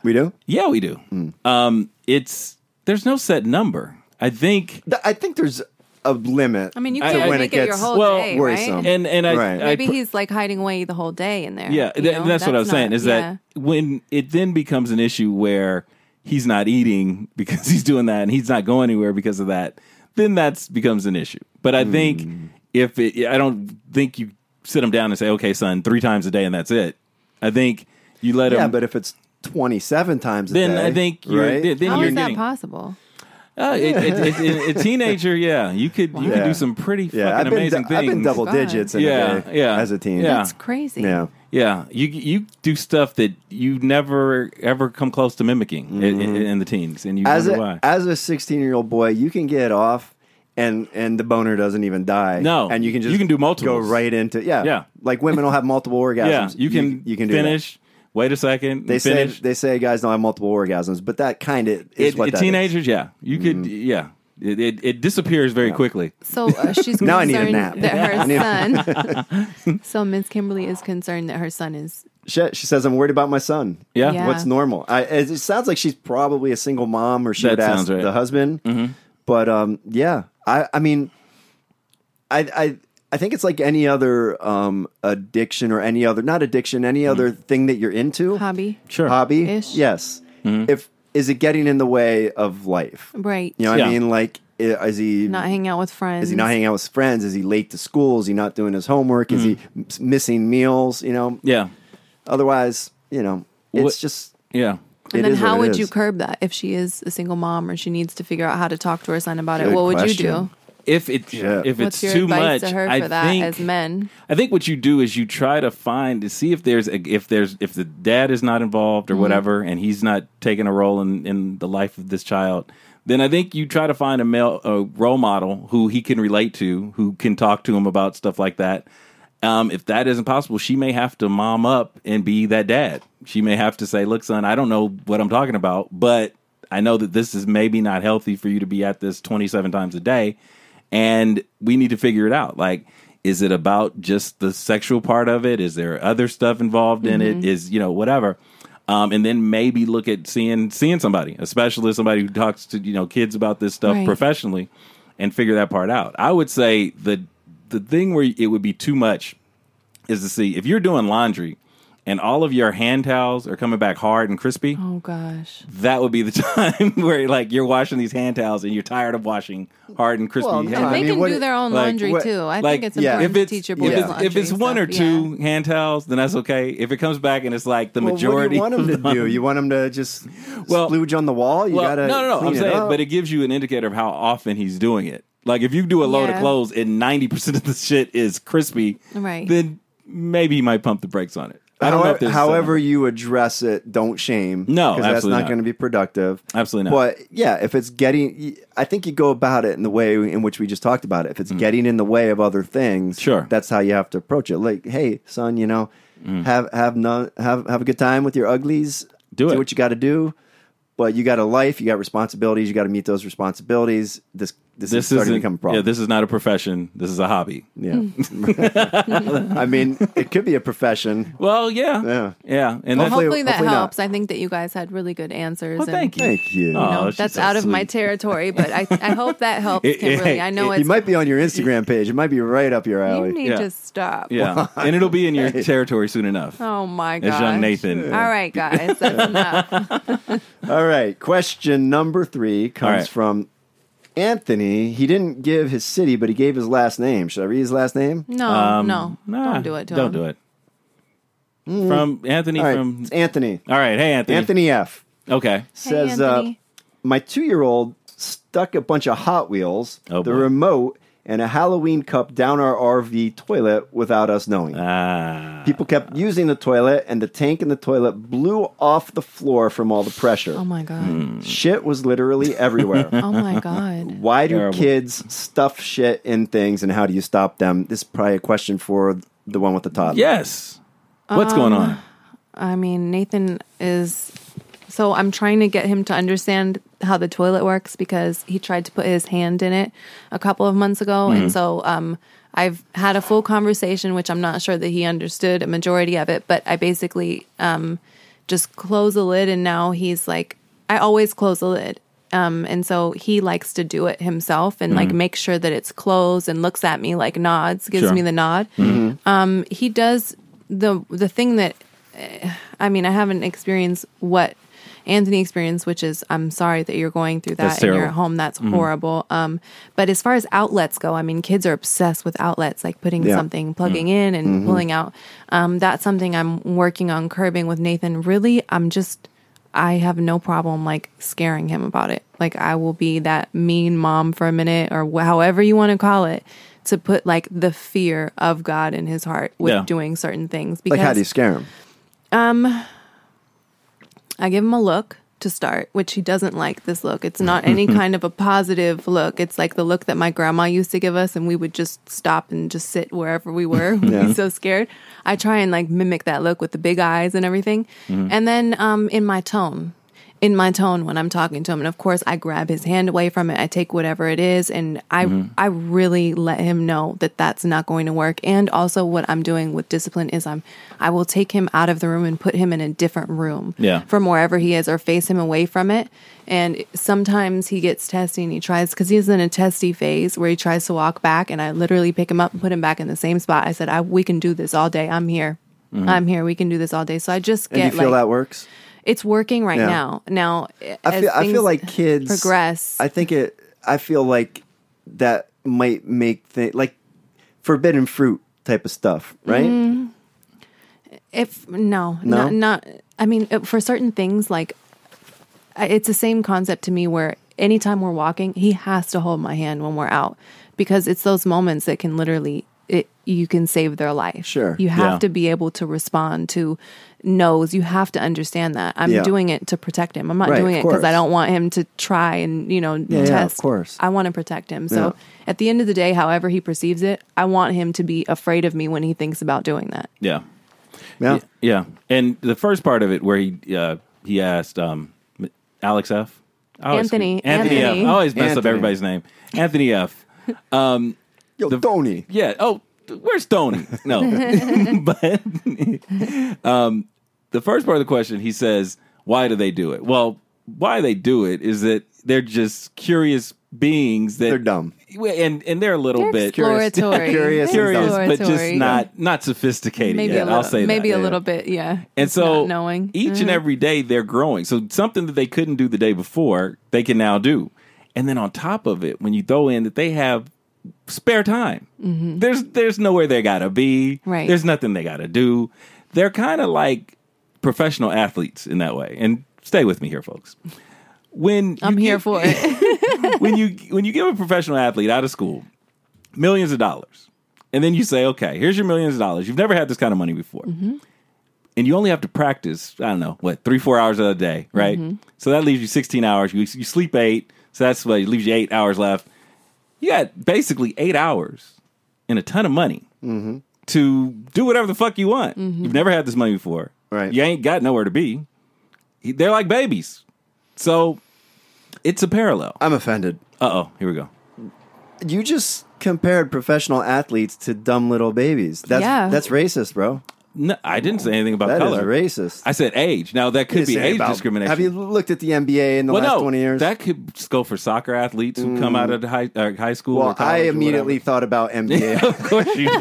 We do? Yeah, we do. Hmm. Um, it's there's no set number. I think, Th- I think there's a limit. I mean, you I- can't when make it it, your gets whole well, day, worrisome. right? and and I, Right. I Maybe pr- he's like hiding away the whole day in there. Yeah, you th- know? that's, what I was not- saying. Is yeah. that when it then becomes an issue where he's not eating because he's doing that, and he's not going anywhere because of that, then that's becomes an issue. But I think Hmm. if it, I don't think you sit him down and say, "Okay, son, three times a day, and that's it." I think you let yeah, him. but if it's 27 times a then day, I think you're right? then How you're is that getting possible? uh, it, it, it, it- a teenager. Yeah, you could you could Yeah. do some pretty yeah, fucking I've been, amazing du- things. I've been double God. digits in Yeah, a day yeah. as a teen. Yeah. That's crazy. Yeah. Yeah, you you do stuff that you never ever come close to mimicking i- i- in, the teens, and you Mm-hmm. As wonder a, why. as a 16 year old boy, you can get off and and the boner doesn't even die. No. and you can just You can do multiples. Go right into yeah Yeah. Like women will have multiple orgasms. Yeah, you can you, can do that. finish. Wait a second. They finish. say they say guys don't have multiple orgasms, but that kind of is it, what it- that is. Mm-hmm. teenagers, yeah, you could, yeah, it, it, it disappears very quickly. So uh, she's Now I need a concerned nap. I need that her son. so Miss Kimberly is concerned that her son is. She, she says, "I'm worried about my son. Yeah. Yeah. what's normal? I, it, it sounds like she's probably a single mom, or she That would ask sounds right. Mm-hmm. the husband. But um, yeah, I, I mean, I, I, I think it's like any other um, addiction or any other not addiction, any other thing that you're into, Hobby. Mm-hmm. Sure. Mm-hmm. hobby. Ish. Yes. If is it getting in the way of life? Right. You know, what Yeah. I mean, like, i- is he Not hanging out with friends. Is he not hanging out with his friends? Is he late to school? Is he not doing his homework? Is he m- missing meals? You know, Mm-hmm. Yeah, otherwise, you know, it's What- just. yeah, it And then is how what it would you is. curb that if she is a single mom or she needs to figure out how to talk to her son about it? Good What would you question. do? if it Yeah. if What's it's your too advice much, to her for I that think as men? I think what you do is you try to find to see if there's if there's if the dad is not involved or whatever, and he's not taking a role in in the life of this child. Then I think you try to find a male a role model who he can relate to, who can talk to him about stuff like that. Um, if that isn't possible, she may have to mom up and be that dad. She may have to say, "Look, son, I don't know what I'm talking about, but I know that this is maybe not healthy for you to be at this 27 times a day, and we need to figure it out. Like, is it about just the sexual part of it? Is there other stuff involved in it? Mm-hmm. Is you know whatever." Um, and then maybe look at seeing seeing somebody, a specialist, somebody who talks to you know kids about this stuff Right. professionally, and figure that part out. I would say the the thing where it would be too much is to see if you're doing laundry and all of your hand towels are coming back hard and crispy, Oh gosh. that would be the time where like you're washing these hand towels and you're tired of washing hard and crispy Well, hand no, towels. I they mean, can what- do their own like, Oh, laundry what- too. I like, think it's yeah. important if it's, to teach your if boys it's- laundry. if it's and one or stuff, yeah. two hand towels, then that's okay. If it comes back and it's like the majority, Well, what do you want them to do? You want them to just Well- splooge on the wall? You Well, gotta no, no, no. Clean I'm it saying, up. but it gives you an indicator of how often he's doing it. Like if you do a load of Yeah. clothes and 90 percent of the shit is crispy, Right. Then maybe he might pump the brakes on it. I don't know if however, there's, uh, e- however you address it, don't shame. No, because that's absolutely not, not. going to be productive. Absolutely not. But yeah, if it's getting, I think you go about it in the way in which we just talked about it. If it's getting in the way of other things, Mm. Sure. Mm. that's how you have to approach it. Like, hey, son, you know, have have none, have have a good time with your uglies. Do it. what you got to do. But you got a life, you got responsibilities, you got to meet those responsibilities. This this, is this starting is to become a problem. Yeah, this is not a profession. This is a hobby. Yeah. Hmm. I mean, it could be a profession. Well, yeah, Yeah. yeah, and Well, that's, hopefully- Hopefully that hopefully not. helps. I think that you guys had really good answers. well, and, thank you. Thank you. Aw, No, she's that's so out of my sweet. territory, but I, I hope that helps, It- it- Kimberly. I know it- You it's might be on your Instagram page. It might be right up your you alley. need Yeah. to stop. Yeah, and it'll be in your territory soon enough. Oh my god. As young Nathan. All right, guys. That's enough. All right. Question number three comes All right. from Anthony. He didn't give his city, but he gave his last name. Should I read his last name? No, Um, no. nah, don't do it to Don't him. do it. From Anthony. Mm-hmm. All right. From It's Anthony. all right. Hey, Anthony. Anthony F. Okay. says, Anthony. Uh, My two year old stuck a bunch of Hot Wheels, Oh, the boy. remote, and a Halloween cup down our RV toilet without us knowing. Ah. People kept using the toilet, and the tank in the toilet blew off the floor from all the pressure. Oh my god. Hmm. Shit was literally everywhere. Oh my god. Why do Terrible. kids stuff shit in things, and how do you stop them? This is probably a question for the one with the toddler. Yes. What's going Um, on? I mean, Nathan is so I'm trying to get him to understand how the toilet works because he tried to put his hand in it a couple of months ago and so um I've had a full conversation which I'm not sure that he understood a majority of it, but I basically um just close the lid and now he's like I always close the lid. Um and so he likes to do it himself and like make sure that it's closed and looks at me like nods, gives Sure. me the nod. Um he does the the thing that eh, I mean, I haven't experienced what Anthony experienced, which is I'm sorry that you're going through that That's and you're terrible. Mm-hmm. at home. That's horrible. Um, but as far as outlets go, I mean, kids are obsessed with outlets, like putting Yeah. something, plugging in, and pulling out. Um, that's something I'm working on curbing with Nathan. Really, I'm just. I have no problem like scaring him about it. Like I will be that mean mom for a minute or wh- however you want to call it to put like the fear of God in his heart with Yeah. doing certain things because Like, how do you scare them? I give him a look. to start, which he doesn't like this look. It's not any kind of a positive look. It's like the look that my grandma used to give us, and we would just stop and just sit wherever we were. We'd be so scared. I try and like mimic that look with the big eyes and everything. And then um, in my tone, in my tone when I'm talking to him. And of course, I grab his hand away from it. I take whatever it is, and I I really let him know that that's not going to work. And also, what I'm doing with discipline is I'm I will take him out of the room and put him in a different room Yeah. from wherever he is, or face him away from it. And sometimes he gets testy and he tries because he's in a testy phase where he tries to walk back, and I literally pick him up and put him back in the same spot. I said, I, "We can do this all day. I'm here." I'm here. We can do this all day. So I just Mm-hmm. And get you feel like, that works? it's working right Yeah. now. Now, I as feel, I things feel like kids progress. I think it. I feel like that might make things like forbidden fruit type of stuff, right? Mm-hmm. if no, No? not, not. I mean, uh, for certain things, like I- it's the same concept to me. Where anytime we're walking, he has to hold my hand when we're out because it's those moments that can literally it. You can save their life. Sure. you have Yeah. to be able to respond to no's. You have to understand that. I'm Yeah. doing it to protect him. I'm not Right, doing of it because I course. don't want him to try and you know yeah, of test. course. I want to protect him. So Yeah. at the end of the day, however he perceives it, I want him to be afraid of me when he thinks about doing that. Yeah. Yeah. Y- Yeah. And the first part of it where he uh, he asked um, Alex F. I always- Anthony. Anthony. Anthony. F. I always mess up Anthony. everybody's name. Anthony F. Yo, Tony. Yeah. Oh, th- where's Tony? No. but um, the first part of the question, he says, why do they do it? Well, why they do it is that they're just curious beings that They're dumb. and and they're a little They're bit exploratory. Curious They're curious, but just exploratory. not not sophisticated. Maybe yet. a little, I'll say that. maybe yeah. a little bit, yeah. and It's so not knowing each and Mhm. every day they're growing so something that they couldn't do the day before they can now do and then on top of it when you throw in that they have spare time there's there's nowhere they gotta be Mm-hmm. Right. there's nothing they gotta do they're kind of like professional athletes in that way and stay with me here folks when I'm you here give- for it. when you when you give a professional athlete out of school millions of dollars and then you say okay here's your millions of dollars you've never had this kind of money before and you only have to practice i don't know what three four hours of the day right so that leaves you 16 hours you, you sleep eight so that's what it leaves you eight hours left you got basically eight hours and a ton of money to do whatever the fuck you want you've never had this money before Right. you ain't got nowhere to be they're like babies so it's a parallel I'm offended. uh oh, here we go. You just compared professional athletes to dumb little babies. That's Yeah. that's racist, bro. No, I didn't say anything about That is color. racist. I said age. Now that could be Say age about- discrimination. Have you looked at the NBA in the well, last no, 20 years? Mm. that could just go for soccer athletes who come out of the high, uh, high school. well, or college I or immediately thought about whatever. NBA. of course you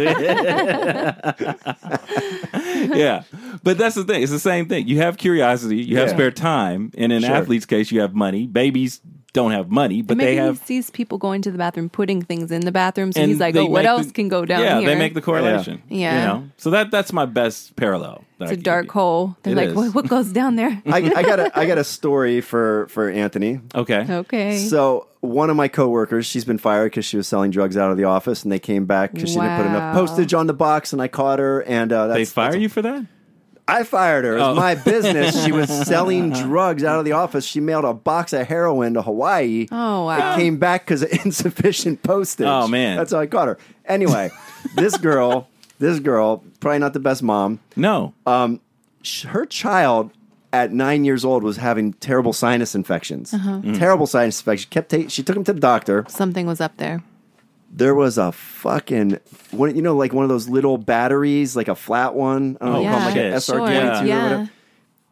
did. yeah, but that's the thing. It's the same thing. You have curiosity. You have Yeah. spare time, and in an Sure. athle's case, you have money. Babies don't have money, but maybe they have. he sees people going to the bathroom, putting things in the bathroom, so and he's like, they "Oh, what make else the- can go down yeah, here?" they make the correlation. Yeah. you know. So that that's my best parallel. that I it's a could dark give you. hole. They're It like, is. "What, what goes down there?" I, I got a I got a story for for Anthony. Okay. okay, So one of my coworkers, she's been fired because she was selling drugs out of the office, and they came back because she didn't put Wow. enough postage on the box, and I caught her. And uh, that's, They fire that's- you for that? I fired her. It was Oh. my business. she was selling drugs out of the office. She mailed a box of heroin to Hawaii. Oh, It wow. came back because of insufficient postage. Oh, man. that's how I caught her. Anyway, this girl, this girl, probably not the best mom. No. Uh, sh- her child at nine years old was having terrible sinus infections. Mm. Terrible sinus infections. Kept ta- she took him to the doctor. something was up there. There was a fucking one, you know, like one of those little batteries, like a flat one. I don't know, Oh, called like shit. an SR twenty Yeah. two or yeah. whatever.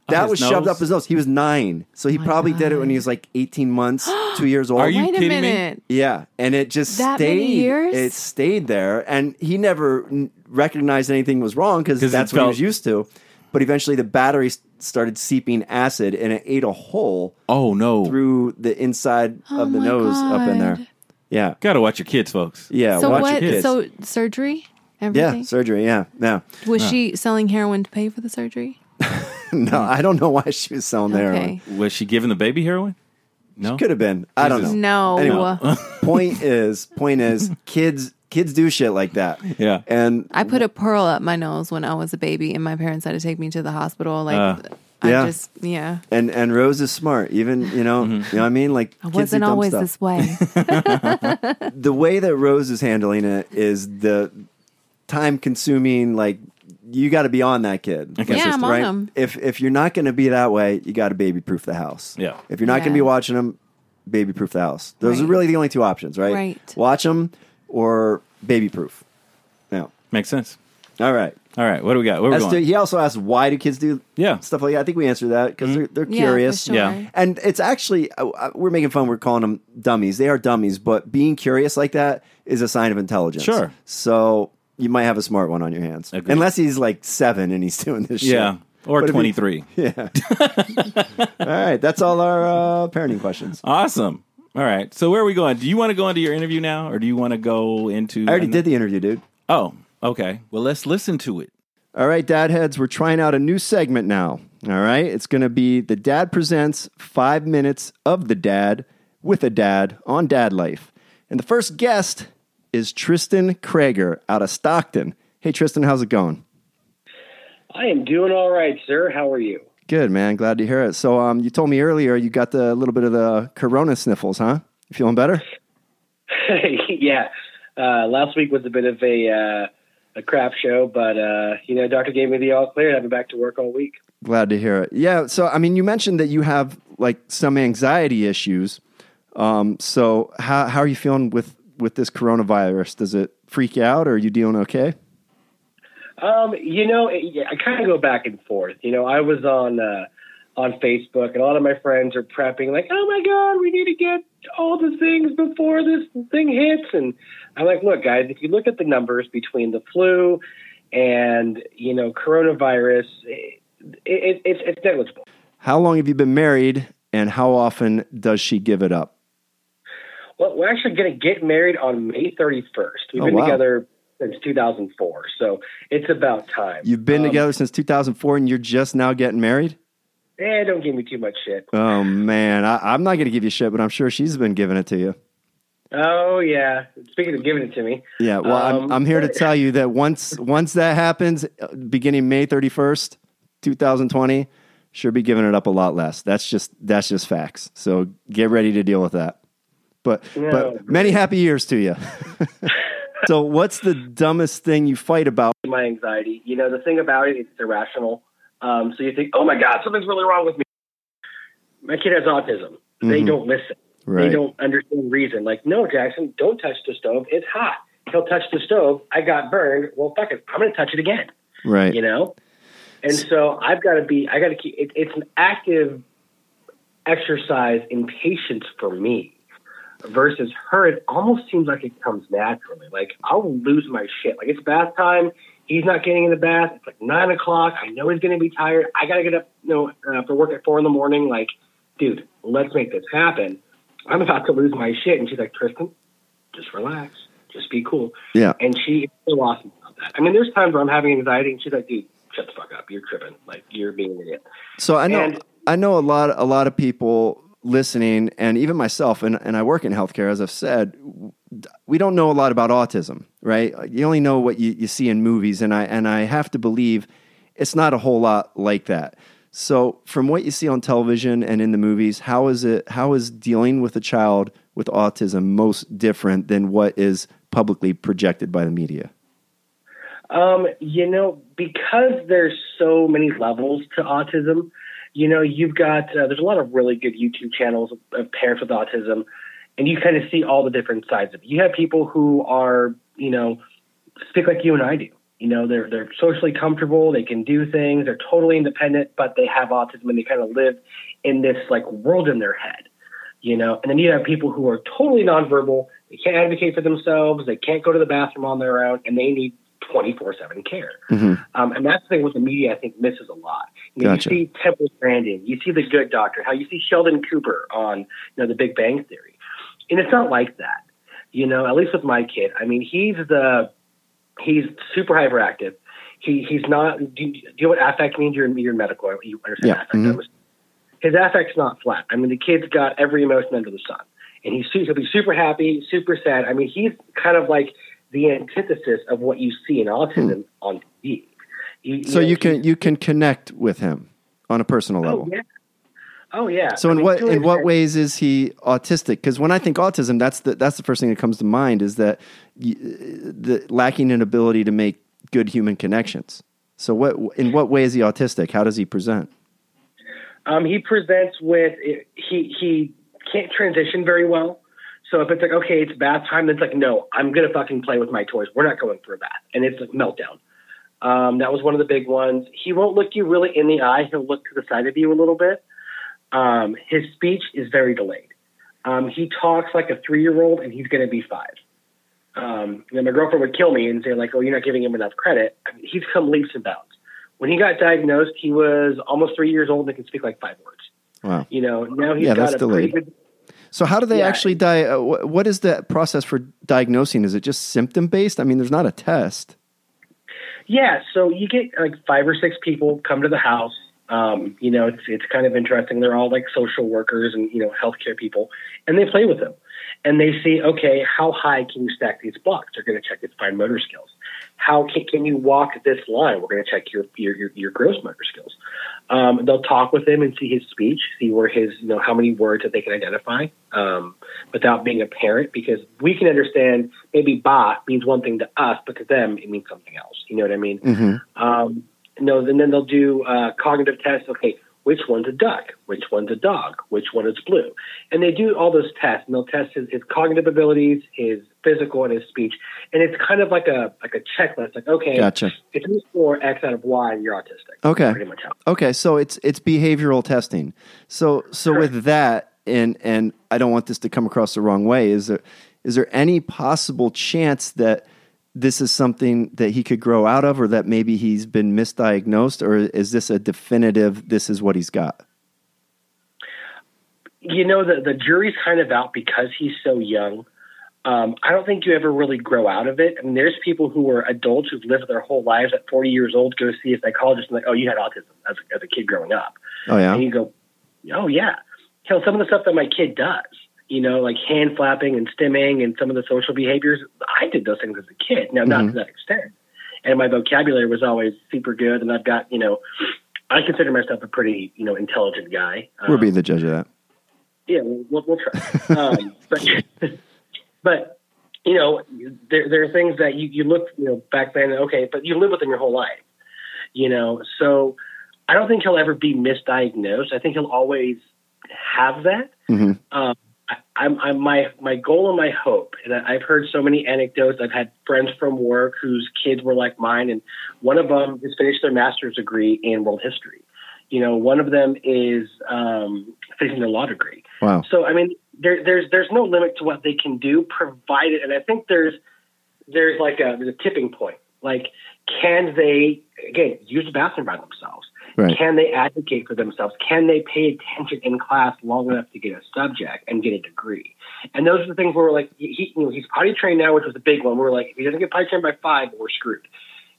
That his was shoved nose? up his nose. He was nine, so he Oh my probably did it God. when he was like eighteen months, two years old. Are you Wait a kidding me? minute. Yeah, and it just That stayed. many years? It stayed there, and he never n- recognized anything was wrong because 'Cause it that's what he felt- was used to. But eventually, the battery s- started seeping acid, and it ate a hole oh no. through the inside of the Oh my nose up in there. God. Yeah, Gotta watch your kids, folks. yeah. so watch what? Your kids. So surgery? Everything? yeah, surgery. Yeah, yeah. was she selling heroin to pay for the surgery? No, Hmm. I don't know why she was selling there. Okay. Was she giving the baby heroin? No. Could have been. I don't know. No. Anyway. point is, point is, kids, kids do shit like that. Yeah. and I put a pearl up my nose when I was a baby, and my parents had to take me to the hospital. Like, Uh. Yeah. I just yeah. And and Rose is smart. Even you know, Mm-hmm. you know what I mean. Like I kids do wasn't dumb always stuff. this way. the way that Rose is handling it is the time consuming like you got to be on that kid. Okay. Yeah, I'm on right? him. If if you're not going to be that way, you got to baby proof the house. Yeah. If you're not going to Yeah. be watching them, baby proof the house. Those are Right. really the only two options, right? Right. Watch them or baby proof. Yeah. Makes sense. All right. All right, what do we got? Where we As to, going? he also asked why do kids do Yeah. Mm-hmm. stuff like that. I think we answered that because they're they're Yeah, for curious. sure. Yeah. And it's actually, uh, uh, we're making fun, we're calling them dummies. They are dummies, but being curious like that is a sign of intelligence. Sure. So you might have a smart one on your hands. Agreed. Unless he's like seven and he's doing this Yeah, shit. or But if he- 23. All right. That's all our uh, parenting questions. Awesome. All right. So where are we going? Do you want to go into your interview now or do you want to go into I already did the interview, dude. Oh, okay. Well, let's listen to it. All right, dad heads, we're trying out a new segment now. All right. It's going to be the dad presents five minutes of the dad with a dad on dad life. And the first guest is Tristan Krager out of Stockton. Hey, Tristan, how's it going? I am doing all right, sir. How are you? Good, man. Glad to hear it. So, um, you told me earlier you got the little bit of the corona sniffles, huh? You feeling better? yeah. Uh, last week was a bit of a uh, a crap show, but uh, you know, doctor gave me the all clear, and I've been back to work all week. Glad to hear it. Yeah. So, I mean, you mentioned that you have like some anxiety issues. Um, so, how how are you feeling with with this coronavirus? Does it freak you out, or are you dealing okay? Um, you know, it, yeah, I kind of go back and forth. You know, I was on uh, on Facebook, and a lot of my friends are prepping, like, "Oh my God, we need to get all the things before this thing hits." And I'm like, "Look, guys, if you look at the numbers between the flu and you know coronavirus, it, it, it's it's negligible." How long have you been married, and how often does she give it up? Well, we're actually going to get married on May 31st. We've Oh, been wow. together since 2004, so it's about time. You've been Um, together since 2004, and you're just now getting married. Eh, don't give me too much shit. Oh man, I, I'm not going to give you shit, but I'm sure she's been giving it to you. Oh yeah. Speaking of giving it to me, Yeah, well, I'm, Um, I'm here to tell you that once once that happens, uh, beginning May 31st, 2020, she'll be giving it up a lot less. That's just that's just facts. So get ready to deal with that. But No. but many happy years to you. so what's the dumbest thing you fight about? my anxiety. You know, the thing about it, it's irrational. Um, so you think, oh my god, something's really wrong with me. My kid has autism. They Mhm. don't listen. Right. They don't understand reason. Like, no, Jackson, don't touch the stove. It's hot. He'll touch the stove. I got burned. Well, fuck it. I'm going to touch it again. Right. you know and so i've got to be i got to keep it, it's an active exercise in patience for me versus her it almost seems like it comes naturally like i'll lose my shit like it's bath time he's not getting in the bath it's like nine o'clock i know he's going to be tired i got to get up you know uh, for work at four in the morning like dude let's make this happen i'm about to lose my shit and she's like tristan just relax just be cool Yeah. and she is so awesome about that. I mean, there's times where I'm having anxiety, and she's like, "Dude, shut the fuck up. You're tripping. Like you're being an idiot." So I know And- I know a lot a lot of people listening, and even myself, and, and I work in healthcare, as I've said, w- we don't know a lot about autism, right? Like, You only know what you, you see in movies, and I and I have to believe it's not a whole lot like that. So from what you see on television and in the movies, how is it how is dealing with a child with autism most different than what is publicly projected by the media? Um, you know, because there's so many levels to autism, you know, you've got uh, there's a lot of really good YouTube channels of, of parents with autism, and you kind of see all the different sides of it. You have people who are, you know, stick like you and I do. You know, they're they're socially comfortable, they can do things, they're totally independent, but they have autism and they kind of live in this like world in their head. You know, and then you have people who are totally nonverbal, they can't advocate for themselves, they can't go to the bathroom on their own, and they need 24 7 care. Um, and that's the thing with the media, I think, misses a lot. You, know, Gotcha. you see Temple Grandin, you see The Good Doctor, how you see Sheldon Cooper on you know The Big Bang Theory, and it's not like that. You know, at least with my kid. I mean, he's the he's super hyperactive. He he's not. Do you, do you know what affect means? You're in- you're in medical. You understand Yeah. affect. I Mhm. was- His affect's not flat. I mean, the kid's got every emotion under the sun, and he's su- he'll be super happy, super sad. I mean, he's kind of like the antithesis of what you see in autism on TV. You- Hmm. So know, you can you can connect with him. on a personal level. Oh yeah. Oh yeah. So I in mean, what to in an what extent- ways is he autistic? Because when I think autism, that's the that's the first thing that comes to mind is that y- the lacking an ability to make good human connections. So what in what way is he autistic? How does he present? Um, he presents with he he can't transition very well. So if it's like okay, it's bath time, it's like no, I'm gonna fucking play with my toys. We're not going for a bath, and it's like meltdown. Um, that was one of the big ones. He won't look you really in the eye. He'll look to the side of you a little bit. Um, his speech is very delayed. Um, he talks like a three year old, and he's gonna be five. Um, and then my girlfriend would kill me and say like, oh, you're not giving him enough credit. I mean, he's come leaps and bounds. When he got diagnosed, he was almost three years old and can speak like five words Wow. you know now he's Yeah, that's got a pretty delayed. good So how do they Yeah. actually di- uh, wh- what is the process for diagnosing? Is it just symptom based? I mean, there's not a test. yeah so you get like five or six people come to the house um, you know it's it's kind of interesting they're all like social workers and you know healthcare people and they play with them and they see okay how high can you stack these blocks they're going to check his fine motor skills how can, can you walk this line we're going to check your, your your your gross motor skills um, they'll talk with him and see his speech see where his you know how many words that they can identify um, without being a parent because we can understand maybe ba means one thing to us, but to them it means something else. You know what I mean? Um, no, and then they'll do uh, cognitive tests. Okay, which one's a duck? Which one's a dog? Which one is blue? And they do all those tests, and they'll test his, his cognitive abilities, his physical, and his speech. And it's kind of like a like a checklist. Like, okay, Gotcha. if you score X out of Y, you're autistic. Okay. pretty much. How Okay, so it's it's behavioral testing. So so with that, and and I don't want this to come across the wrong way. Is there is there any possible chance that this is something that he could grow out of, or that maybe he's been misdiagnosed, or is this a definitive? This is what he's got. you know the the jury's kind of out because he's so young. Um, I don't think you ever really grow out of it. I mean, there's people who are adults who've lived their whole lives at 40 years old go see a psychologist and like, oh, you had autism as a, as a kid growing up, Oh and yeah, you go, oh yeah. Hell, some of the stuff that my kid does, you know, like hand flapping and stimming and some of the social behaviors, I did those things as a kid. Now, not to that extent, and my vocabulary was always super good, and I've got, you know, I consider myself a pretty, you know, intelligent guy. we'll Um, be the judge of that. yeah, we'll, we'll, we'll try. um, but, but you know, there, there are things that you, you look, you know, back then, okay, but you live with them your whole life, you know. So I don't think he'll ever be misdiagnosed. I think he'll always have that. Mhm. Um, I, I'm, I'm my my goal and my hope, and I, I've heard so many anecdotes. I've had friends from work whose kids were like mine, and one of them just finished their master's degree in world history. You know, one of them is um, finishing their law degree. Wow. So I mean, there, there's there's no limit to what they can do, provided. And I think there's there's like a, there's a tipping point. Like, can they again use the bathroom by themselves? Right. Can they advocate for themselves? Can they pay attention in class long enough to get a subject and get a degree? And those are the things where we're like, he, you know, he's potty trained now, which was a big one. We're like, if he doesn't get potty trained by five, we're screwed.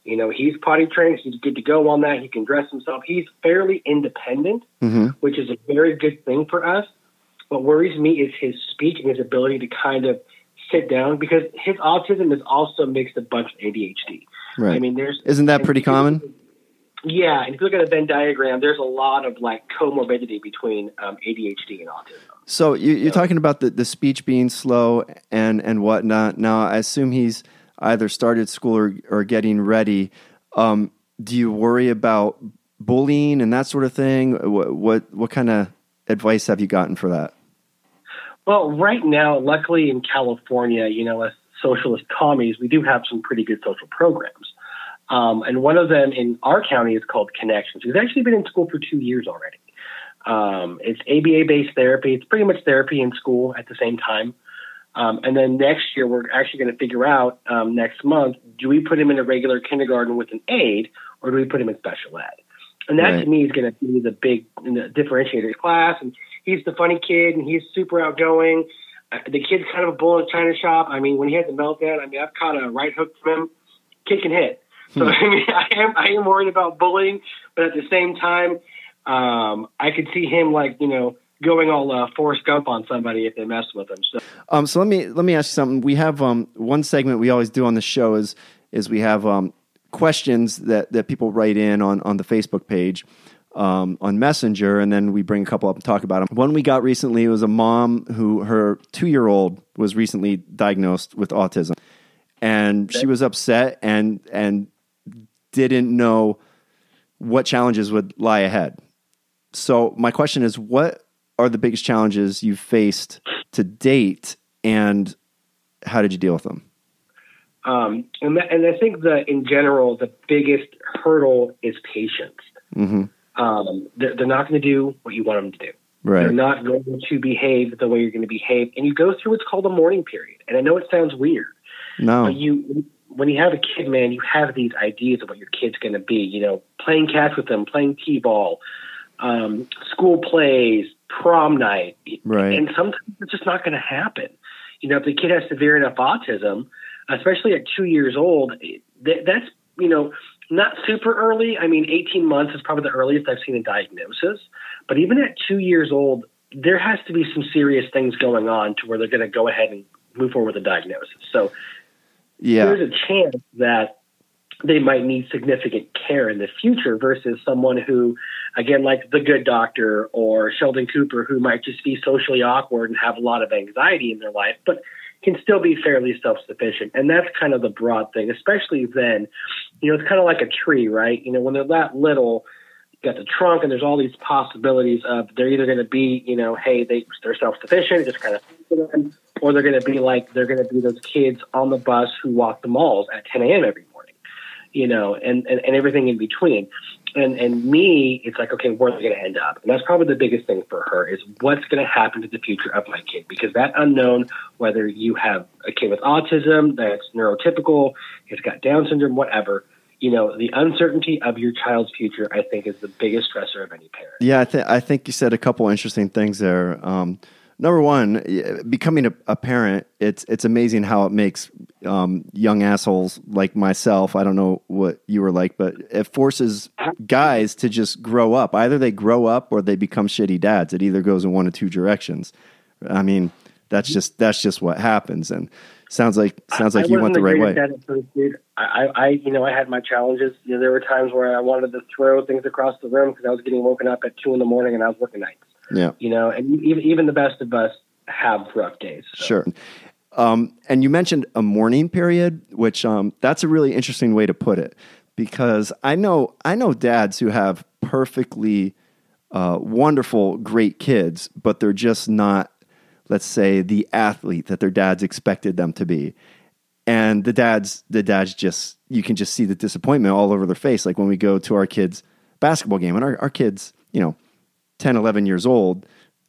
You know, he's potty trained. He's good to go on that. He can dress himself. He's fairly independent, hmm which is a very good thing for us. What worries me is his speech and his ability to kind of sit down because his autism is also mixed a bunch of ADHD. Right. I mean, there's Isn't that pretty common? yeah, and if you look at a Venn diagram, there's a lot of like comorbidity between um, ADHD and autism. So you, you're talking about the, the speech being slow and and whatnot. Now I assume he's either started school or, or getting ready. Um, do you worry about bullying and that sort of thing? What what, what kind of advice have you gotten for that? Well, right now, luckily in California, you know, as socialist commies, we do have some pretty good social programs. Um, and one of them in our county is called Connections. He's actually been in school for two years already. Um, it's ABA based therapy. It's pretty much therapy in school at the same time. Um, and then next year, we're actually going to figure out um, next month do we put him in a regular kindergarten with an aide or do we put him in special ed? And that Right. to me is going to be the big you know, differentiator of class. And he's the funny kid and he's super outgoing. Uh, the kid's kind of a bull in a china shop. I mean, when he had the meltdown, I mean, I've caught a right hook from him, kick and hit. So I mean, I am I am worried about bullying, but at the same time, um, I could see him like you know going all uh, Forrest Gump on somebody if they mess with him. So Um, so let me let me ask you something. We have um, one segment we always do on the show is is we have um, questions that, that people write in on on the Facebook page, um, on Messenger, and then we bring a couple up and talk about them. One we got recently was a mom who her two year old was recently diagnosed with autism, and she was upset and and didn't know what challenges would lie ahead. So my question is, what are the biggest challenges you've faced to date, and how did you deal with them? Um, and, that, and I think that in general, the biggest hurdle is patience. Mm-hmm. Um, they're, they're not going to do what you want them to do. They're Right. not going to behave the way you're going to behave. And you go through what's called a mourning period. And I know it sounds weird, No. but you, when you have a kid, man, you have these ideas of what your kid's going to be. You know, playing catch with them, playing t-ball, um, school plays, prom night, Right. and sometimes it's just not going to happen. You know, if the kid has severe enough autism, especially at two years old, th- that's you know not super early. I mean, eighteen months is probably the earliest I've seen a diagnosis. But even at two years old, there has to be some serious things going on to where they're going to go ahead and move forward with a diagnosis. So yeah. there's a chance that they might need significant care in the future versus someone who, again, like the good doctor or Sheldon Cooper, who might just be socially awkward and have a lot of anxiety in their life, but can still be fairly self sufficient. And that's kind of the broad thing, especially then. You know, it's kind of like a tree, right? You know, when they're that little, you got the trunk and there's all these possibilities of they're either going to be you know hey they they're self-sufficient just kind of stick to them, or they're going to be like they're going to be those kids on the bus who walk the malls at 10 a.m every morning you know and and, and everything in between and and me it's like okay where are they going to end up and that's probably the biggest thing for her is what's going to happen to the future of my kid because that unknown whether you have a kid with autism that's neurotypical has got down syndrome whatever you know, the uncertainty of your child's future, I think, is the biggest stressor of any parent. Yeah, I, th- I think you said a couple interesting things there. Um, number one, y- becoming a, a parent, it's it's amazing how it makes um, young assholes like myself. I don't know what you were like, but it forces guys to just grow up. Either they grow up or they become shitty dads. It either goes in one of two directions. I mean, that's just that's just what happens. And sounds like sounds like Mm-hmm. I you wasn't went the right way. greatest at it first, dude. I, I, I, you know, I had my challenges. You know, there were times where I wanted to throw things across the room because I was getting woken up at two in the morning and I was working nights. Yeah. You know, and e-, even even the best of us have rough days. So. Sure. Um, and you mentioned a mourning period, which um, that's a really interesting way to put it, because I know I know dads who have perfectly uh, wonderful, great kids, but they're just not, let's say, the athlete that their dads expected them to be. And the dads, the dads just you can just see the disappointment all over their face. Like when we go to our kids' basketball game, and our, our kids, you know, 10 11 years old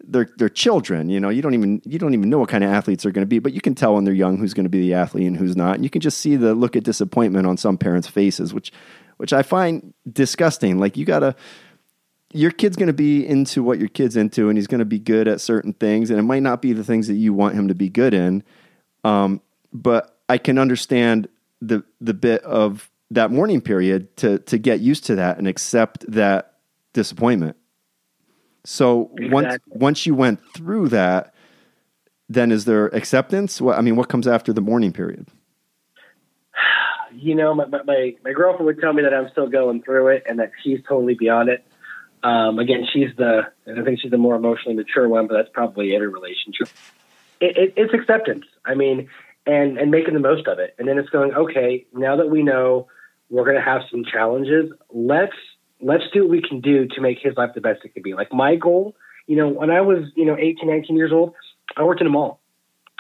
they're they're children you know you don't even you don't even know what kind of athletes they're going to be but you can tell when they're young who's going to be the athlete and who's not and you can just see the look at disappointment on some parents faces which which i find disgusting like you gotta your kid's going to be into what your kid's into and he's going to be good at certain things and it might not be the things that you want him to be good in um, but i can understand the the bit of that mourning period to to get used to that and accept that disappointment so once Exactly. once you went through that then is there acceptance what i mean what comes after the mourning period you know, my, my- my, my girlfriend would tell me that I'm still going through it and that she's totally beyond it. Um, again, she's the, I think she's the more emotionally mature one, but that's probably every relationship. It, it, it's acceptance. I mean, and, and making the most of it. And then it's going, okay, now that we know we're going to have some challenges, let's, let's do what we can do to make his life the best it could be. Like my goal, you know, when I was, you know, 18, 19 years old, I worked in a mall.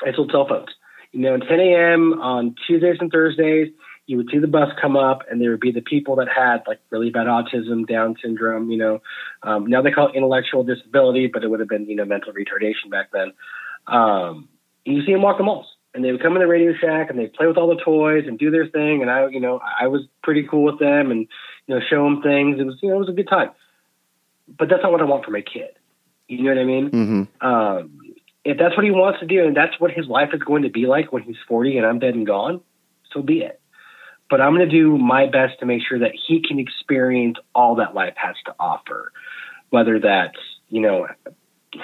I sold cell phones. You know, 10 a.m. on Tuesdays and Thursdays, you would see the bus come up, and there would be the people that had like really bad autism, Down syndrome. You know, um, now they call it intellectual disability, but it would have been you know mental retardation back then. Um, and you see them walk the malls, and they would come in the Radio Shack, and they would play with all the toys and do their thing. And I, you know, I I was pretty cool with them, and you know, show them things. It was you know, it was a good time. But that's not what I want for my kid. You know what I mean? mm-hmm. um, if that's what he wants to do and that's what his life is going to be like when he's 40 and I'm dead and gone, so be it. But I'm going to do my best to make sure that he can experience all that life has to offer, whether that's, you know,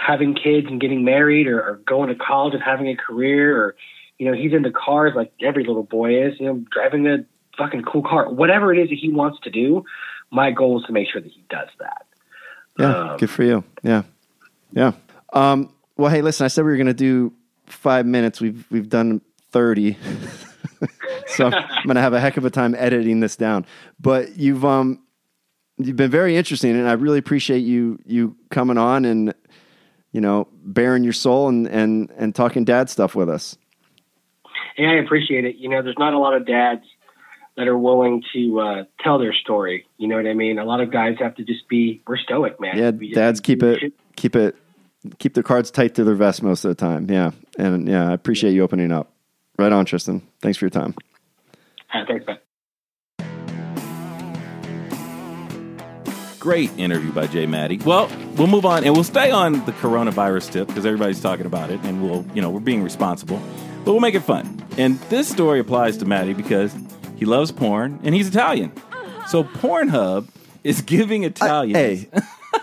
having kids and getting married or, or going to college and having a career or, you know, he's into cars like every little boy is, you know, driving a fucking cool car, whatever it is that he wants to do. My goal is to make sure that he does that. Yeah, good for you. Yeah, yeah. Um, well, hey, listen. I said we were going to do five minutes. We've we've done thirty, so I'm, going to have a heck of a time editing this down. But you've um you've been very interesting, and I really appreciate you you coming on and you know bearing your soul and and and talking dad stuff with us. and I appreciate it. You know, there's not a lot of dads that are willing to uh, tell their story. You know what I mean? A lot of guys have to just be we're stoic, man. Yeah, We just- dads keep we it keep it keep their cards tight to their vest most of the time. Yeah, and yeah, I appreciate you opening up. Right on, Tristan. Thanks for your time. Uh, thanks, man. Great interview by Jay Maddie. Well, we'll move on and we'll stay on the coronavirus tip because everybody's talking about it and we'll, you know, we're being responsible, but we'll make it fun. And this story applies to Maddie because he loves porn and he's Italian. So Pornhub is giving Italians. Hey,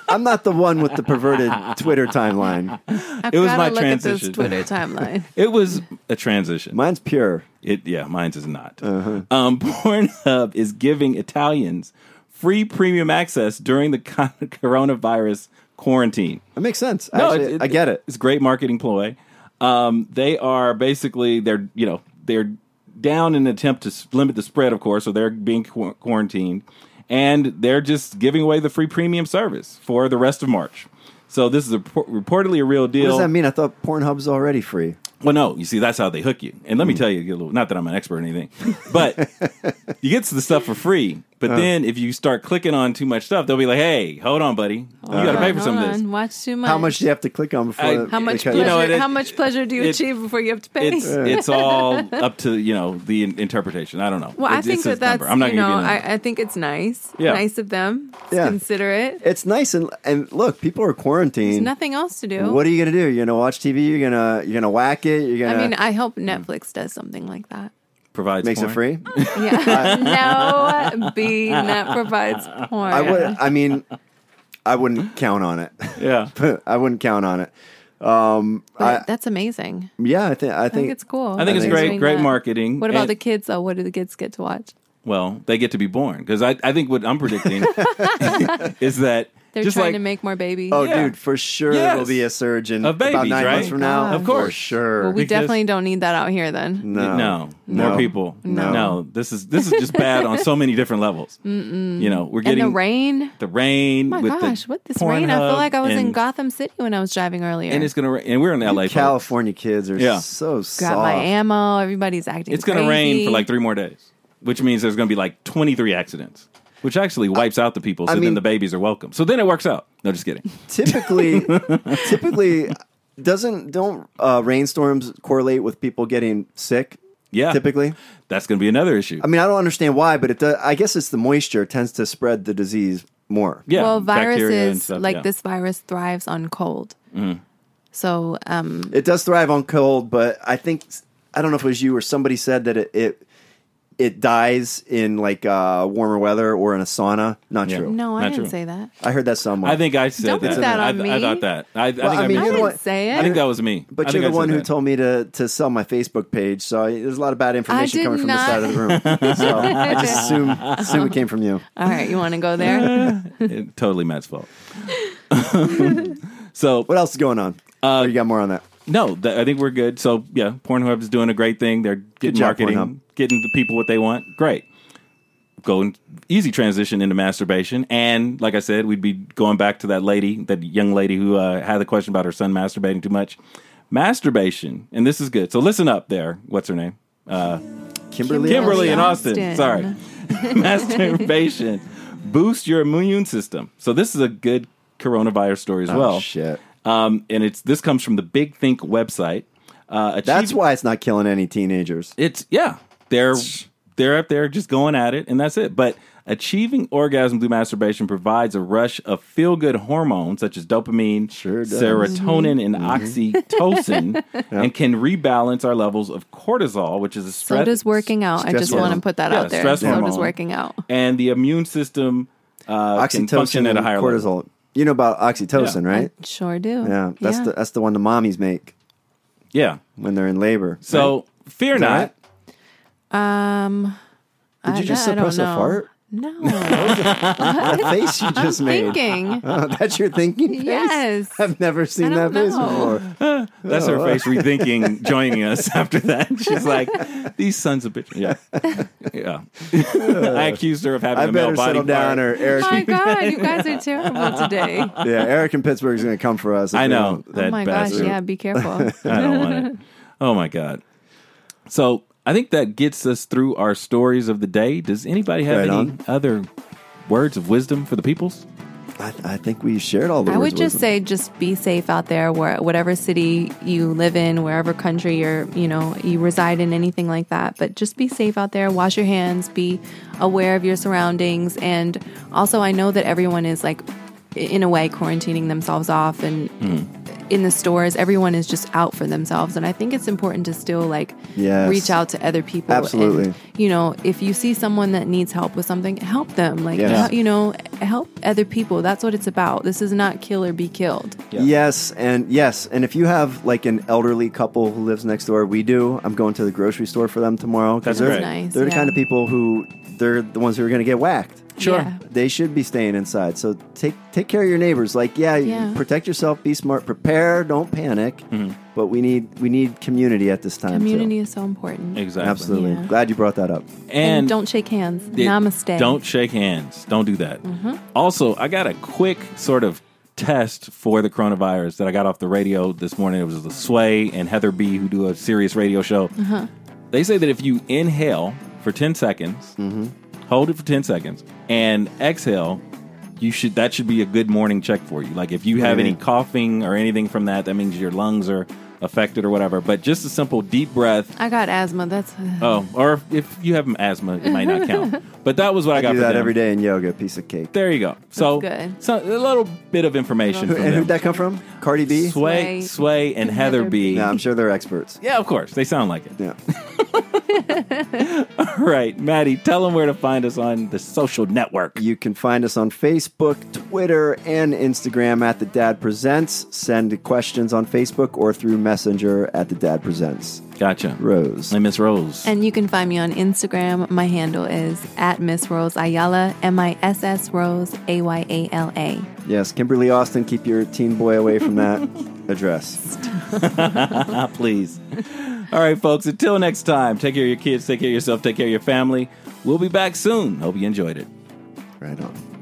I'm not the one with the perverted Twitter timeline. I've It was gotta my look at transition. this Twitter timeline. It was a transition. Mine's pure. It yeah, mine's is not. Um, Pornhub is giving Italians free premium access during the con- coronavirus quarantine. That makes sense. No, Actually, I get it. It's a great marketing ploy. Um, they are basically they're you know they're down in an attempt to s- limit the spread, of course, so they're being qu- quarantined, and they're just giving away the free premium service for the rest of March. So this is a, por- reportedly a real deal. What does that mean? I thought Pornhub's already free. Well, no, you see, that's how they hook you. And Hmm. let me tell you, a little- not that I'm an expert or anything, but you get the stuff for free. Uh. But then if you start clicking on too much stuff, they'll be like, hey, hold on, buddy. Uh. you got to pay for Hold some of on, this. watch too much. How much do you have to click on before? I- the- How much because- pleasure? know, it- how much pleasure do you it- achieve before you have to pay? It's, it's all up to, you know, the in- interpretation. I don't know. well, I It's- think it's a that that's number. I'm not you know gonna give you a number. I, I think it's nice, Yeah. nice of them, to Yeah. consider it. It's nice and and look, people are quarantined. There's nothing else to do. What are you gonna do? You're gonna watch TV. You're gonna you're gonna whack it. You're I gonna mean, I hope Netflix does something like that. Provides makes porn. it free. Yeah, no, B net provides porn. I would. I mean, I wouldn't count on it. Yeah. I wouldn't count on it. Um, But that's amazing. Yeah, I think I I think think it's cool. I think it's think great, doing great that. marketing. What about And- the kids though? What do the kids get to watch? Well, they get to be born because I, I think what I'm predicting is that They're just trying like to make more babies. Oh, Yeah. dude, for sure Yes. there'll be a surge in Of about babies, nine right? months from now. Of course. for sure. well, we because- definitely don't need that out here then. no, No, No. more people. No. No. this is this is just bad on so many different levels. Mm-mm. You know, we're And getting the rain. The rain. Oh my with the gosh, what this rain? I feel Pornhub like I was in and- Gotham City when I was driving earlier. and it's gonna rain. And we're in LA. folks. California kids are Yeah. so soft. got my ammo. Everybody's acting. It's gonna rain crazy. for like three more days, which means there's gonna be like 23 accidents, which actually wipes out the people. So I mean- then the babies are welcome. So then it works out. No, just kidding. Typically, typically doesn't don't uh, rainstorms correlate with people getting sick? Yeah, Typically, that's gonna be another issue. I mean, I don't understand why, but it does, I guess it's the moisture tends to spread the disease more. yeah, well, bacteria and viruses stuff, like yeah. Mm-hmm. this virus thrives on cold. So um, It does thrive on cold, but I think I don't know if it was you or somebody said that it it, it dies in like uh, warmer weather or in a sauna. Not Yeah. true. no, I Not didn't true. say that. I heard that somewhere. I think I said Don't that. put that on I, me. I thought that. I, I think I I, mean, said you're the I that. didn't one- say it. I think that was me. I But think I you're the said one who that. told me to to sell my Facebook page, so I, there's a lot of bad information did coming from this not. side of the room. so I just assume assume it came from you. All right, you want to go there? It- totally Matt's fault. so What else is going on? Uh, you got more on that? no, th- I think we're good. So yeah, Pornhub is doing a great thing. They're getting job, marketing, Pornhub. getting the people what they want. Great. Going easy transition into masturbation, and like I said, we'd be going back to that lady, that young lady who uh, had the question about her son masturbating too much. Masturbation, and this is good. So listen up, there. What's her name? Kimberly. Kimberly and and Austin. Austin. Sorry. Masturbation boosts your immune system. So this is a good coronavirus story as Oh, well. shit. Um, and it's this comes from the Big Think website. Uh, achieve- That's why it's not killing any teenagers. it's yeah. They're they're up there just going at it, and that's it. But achieving orgasm through masturbation provides a rush of feel good hormones such as dopamine, Sure does. Mm-hmm. serotonin, and oxytocin, and can rebalance our levels of cortisol, which is a stress. So does working out. I stress just want to hormone. put that Yeah, out there. stress so does hormone. working out. and the immune system uh, can function Oxytocin at a higher and level. cortisol. You know about oxytocin, right? I sure do. yeah, that's the that's the one the mommies make Yeah. when they're in labor. So fear that not. right? um, Did I, you just I don't suppress a know. fart? No. What That face you just made. thinking. Oh, that's your thinking face? Yes. I've never seen don't that face know. before. That's Oh, her face rethinking joining us after that. She's like, these sons of bitches. Yeah. Yeah. I accused her of having I a male better body settle part. down, or Eric. Oh my God, you guys are terrible today. yeah, Eric in Pittsburgh is going to come for us. if I we know. don't. That oh my bastard. gosh, yeah, be careful. I don't want it. Oh my god. So I think that gets us through our stories of the day. Does anybody have Right any on. other words of wisdom for the peoples? I, I think we shared all the. I words would just with them. say just be safe out there where whatever city you live in, wherever country you're, you know, you reside in anything like that, but just be safe out there, wash your hands, be aware of your surroundings and also I know that everyone is like in a way quarantining themselves off and Hmm. in the stores everyone is just out for themselves and I think it's important to still like Yes. reach out to other people and, Absolutely. you know, if you see someone that needs help with something, help them. Like, Yes. hel- you know, help other people. That's what it's about. This is not kill or be killed. Yeah. Yes, and yes, and if you have like an elderly couple who lives next door, we do. I'm going to the grocery store for them tomorrow That's because they're great. Nice, they're the yeah. kind of people who they're the ones who are going to get whacked. Sure. Yeah. They should be staying inside. So take take care of your neighbors. Like, yeah, you- Yeah. protect yourself, be smart, prepare, don't panic. Mm-hmm. But we need we need community at this time. too. Community is so important. Exactly. Absolutely. Yeah. Glad you brought that up. And, don't shake hands. it- Namaste. Don't shake hands. Don't do that. Also, I got a quick sort of test for the coronavirus that I got off the radio this morning. It was the Sway and Heather B who do a serious radio show. They say that if you inhale for ten seconds, hold it for ten seconds, and exhale. You should that should be a good morning check for you. Like if you have do you any mean? coughing or anything from that, that means your lungs are affected or whatever. But just a simple deep breath I got asthma. That's Oh, or if you have asthma, it might not count. but that was what I got do for that them. every day in yoga, piece of cake. There you go. So, That's good. so a little bit of information Who- from and them. who'd that come from? Cardi B? Sway, Sway, Sway, and and Heather Heather B. B. Yeah, I'm sure they're experts. Yeah, of course. They sound like it. Yeah. All right, Maddie, tell them where to find us on the social network. You can find us on Facebook, Twitter, and Instagram at The Dad Presents. Send questions on Facebook or through Messenger at The Dad Presents. Gotcha. Rose. And Miss Rose. And you can find me on Instagram. My handle is at Miss Rose Ayala, M I S S Rose A Y A L A. Yes, Kimberly Austin, keep your teen boy away from that address. Ah, please. All right, folks. Until next time, take care of your kids, take care of yourself, take care of your family. We'll be back soon. Hope you enjoyed it. Right on.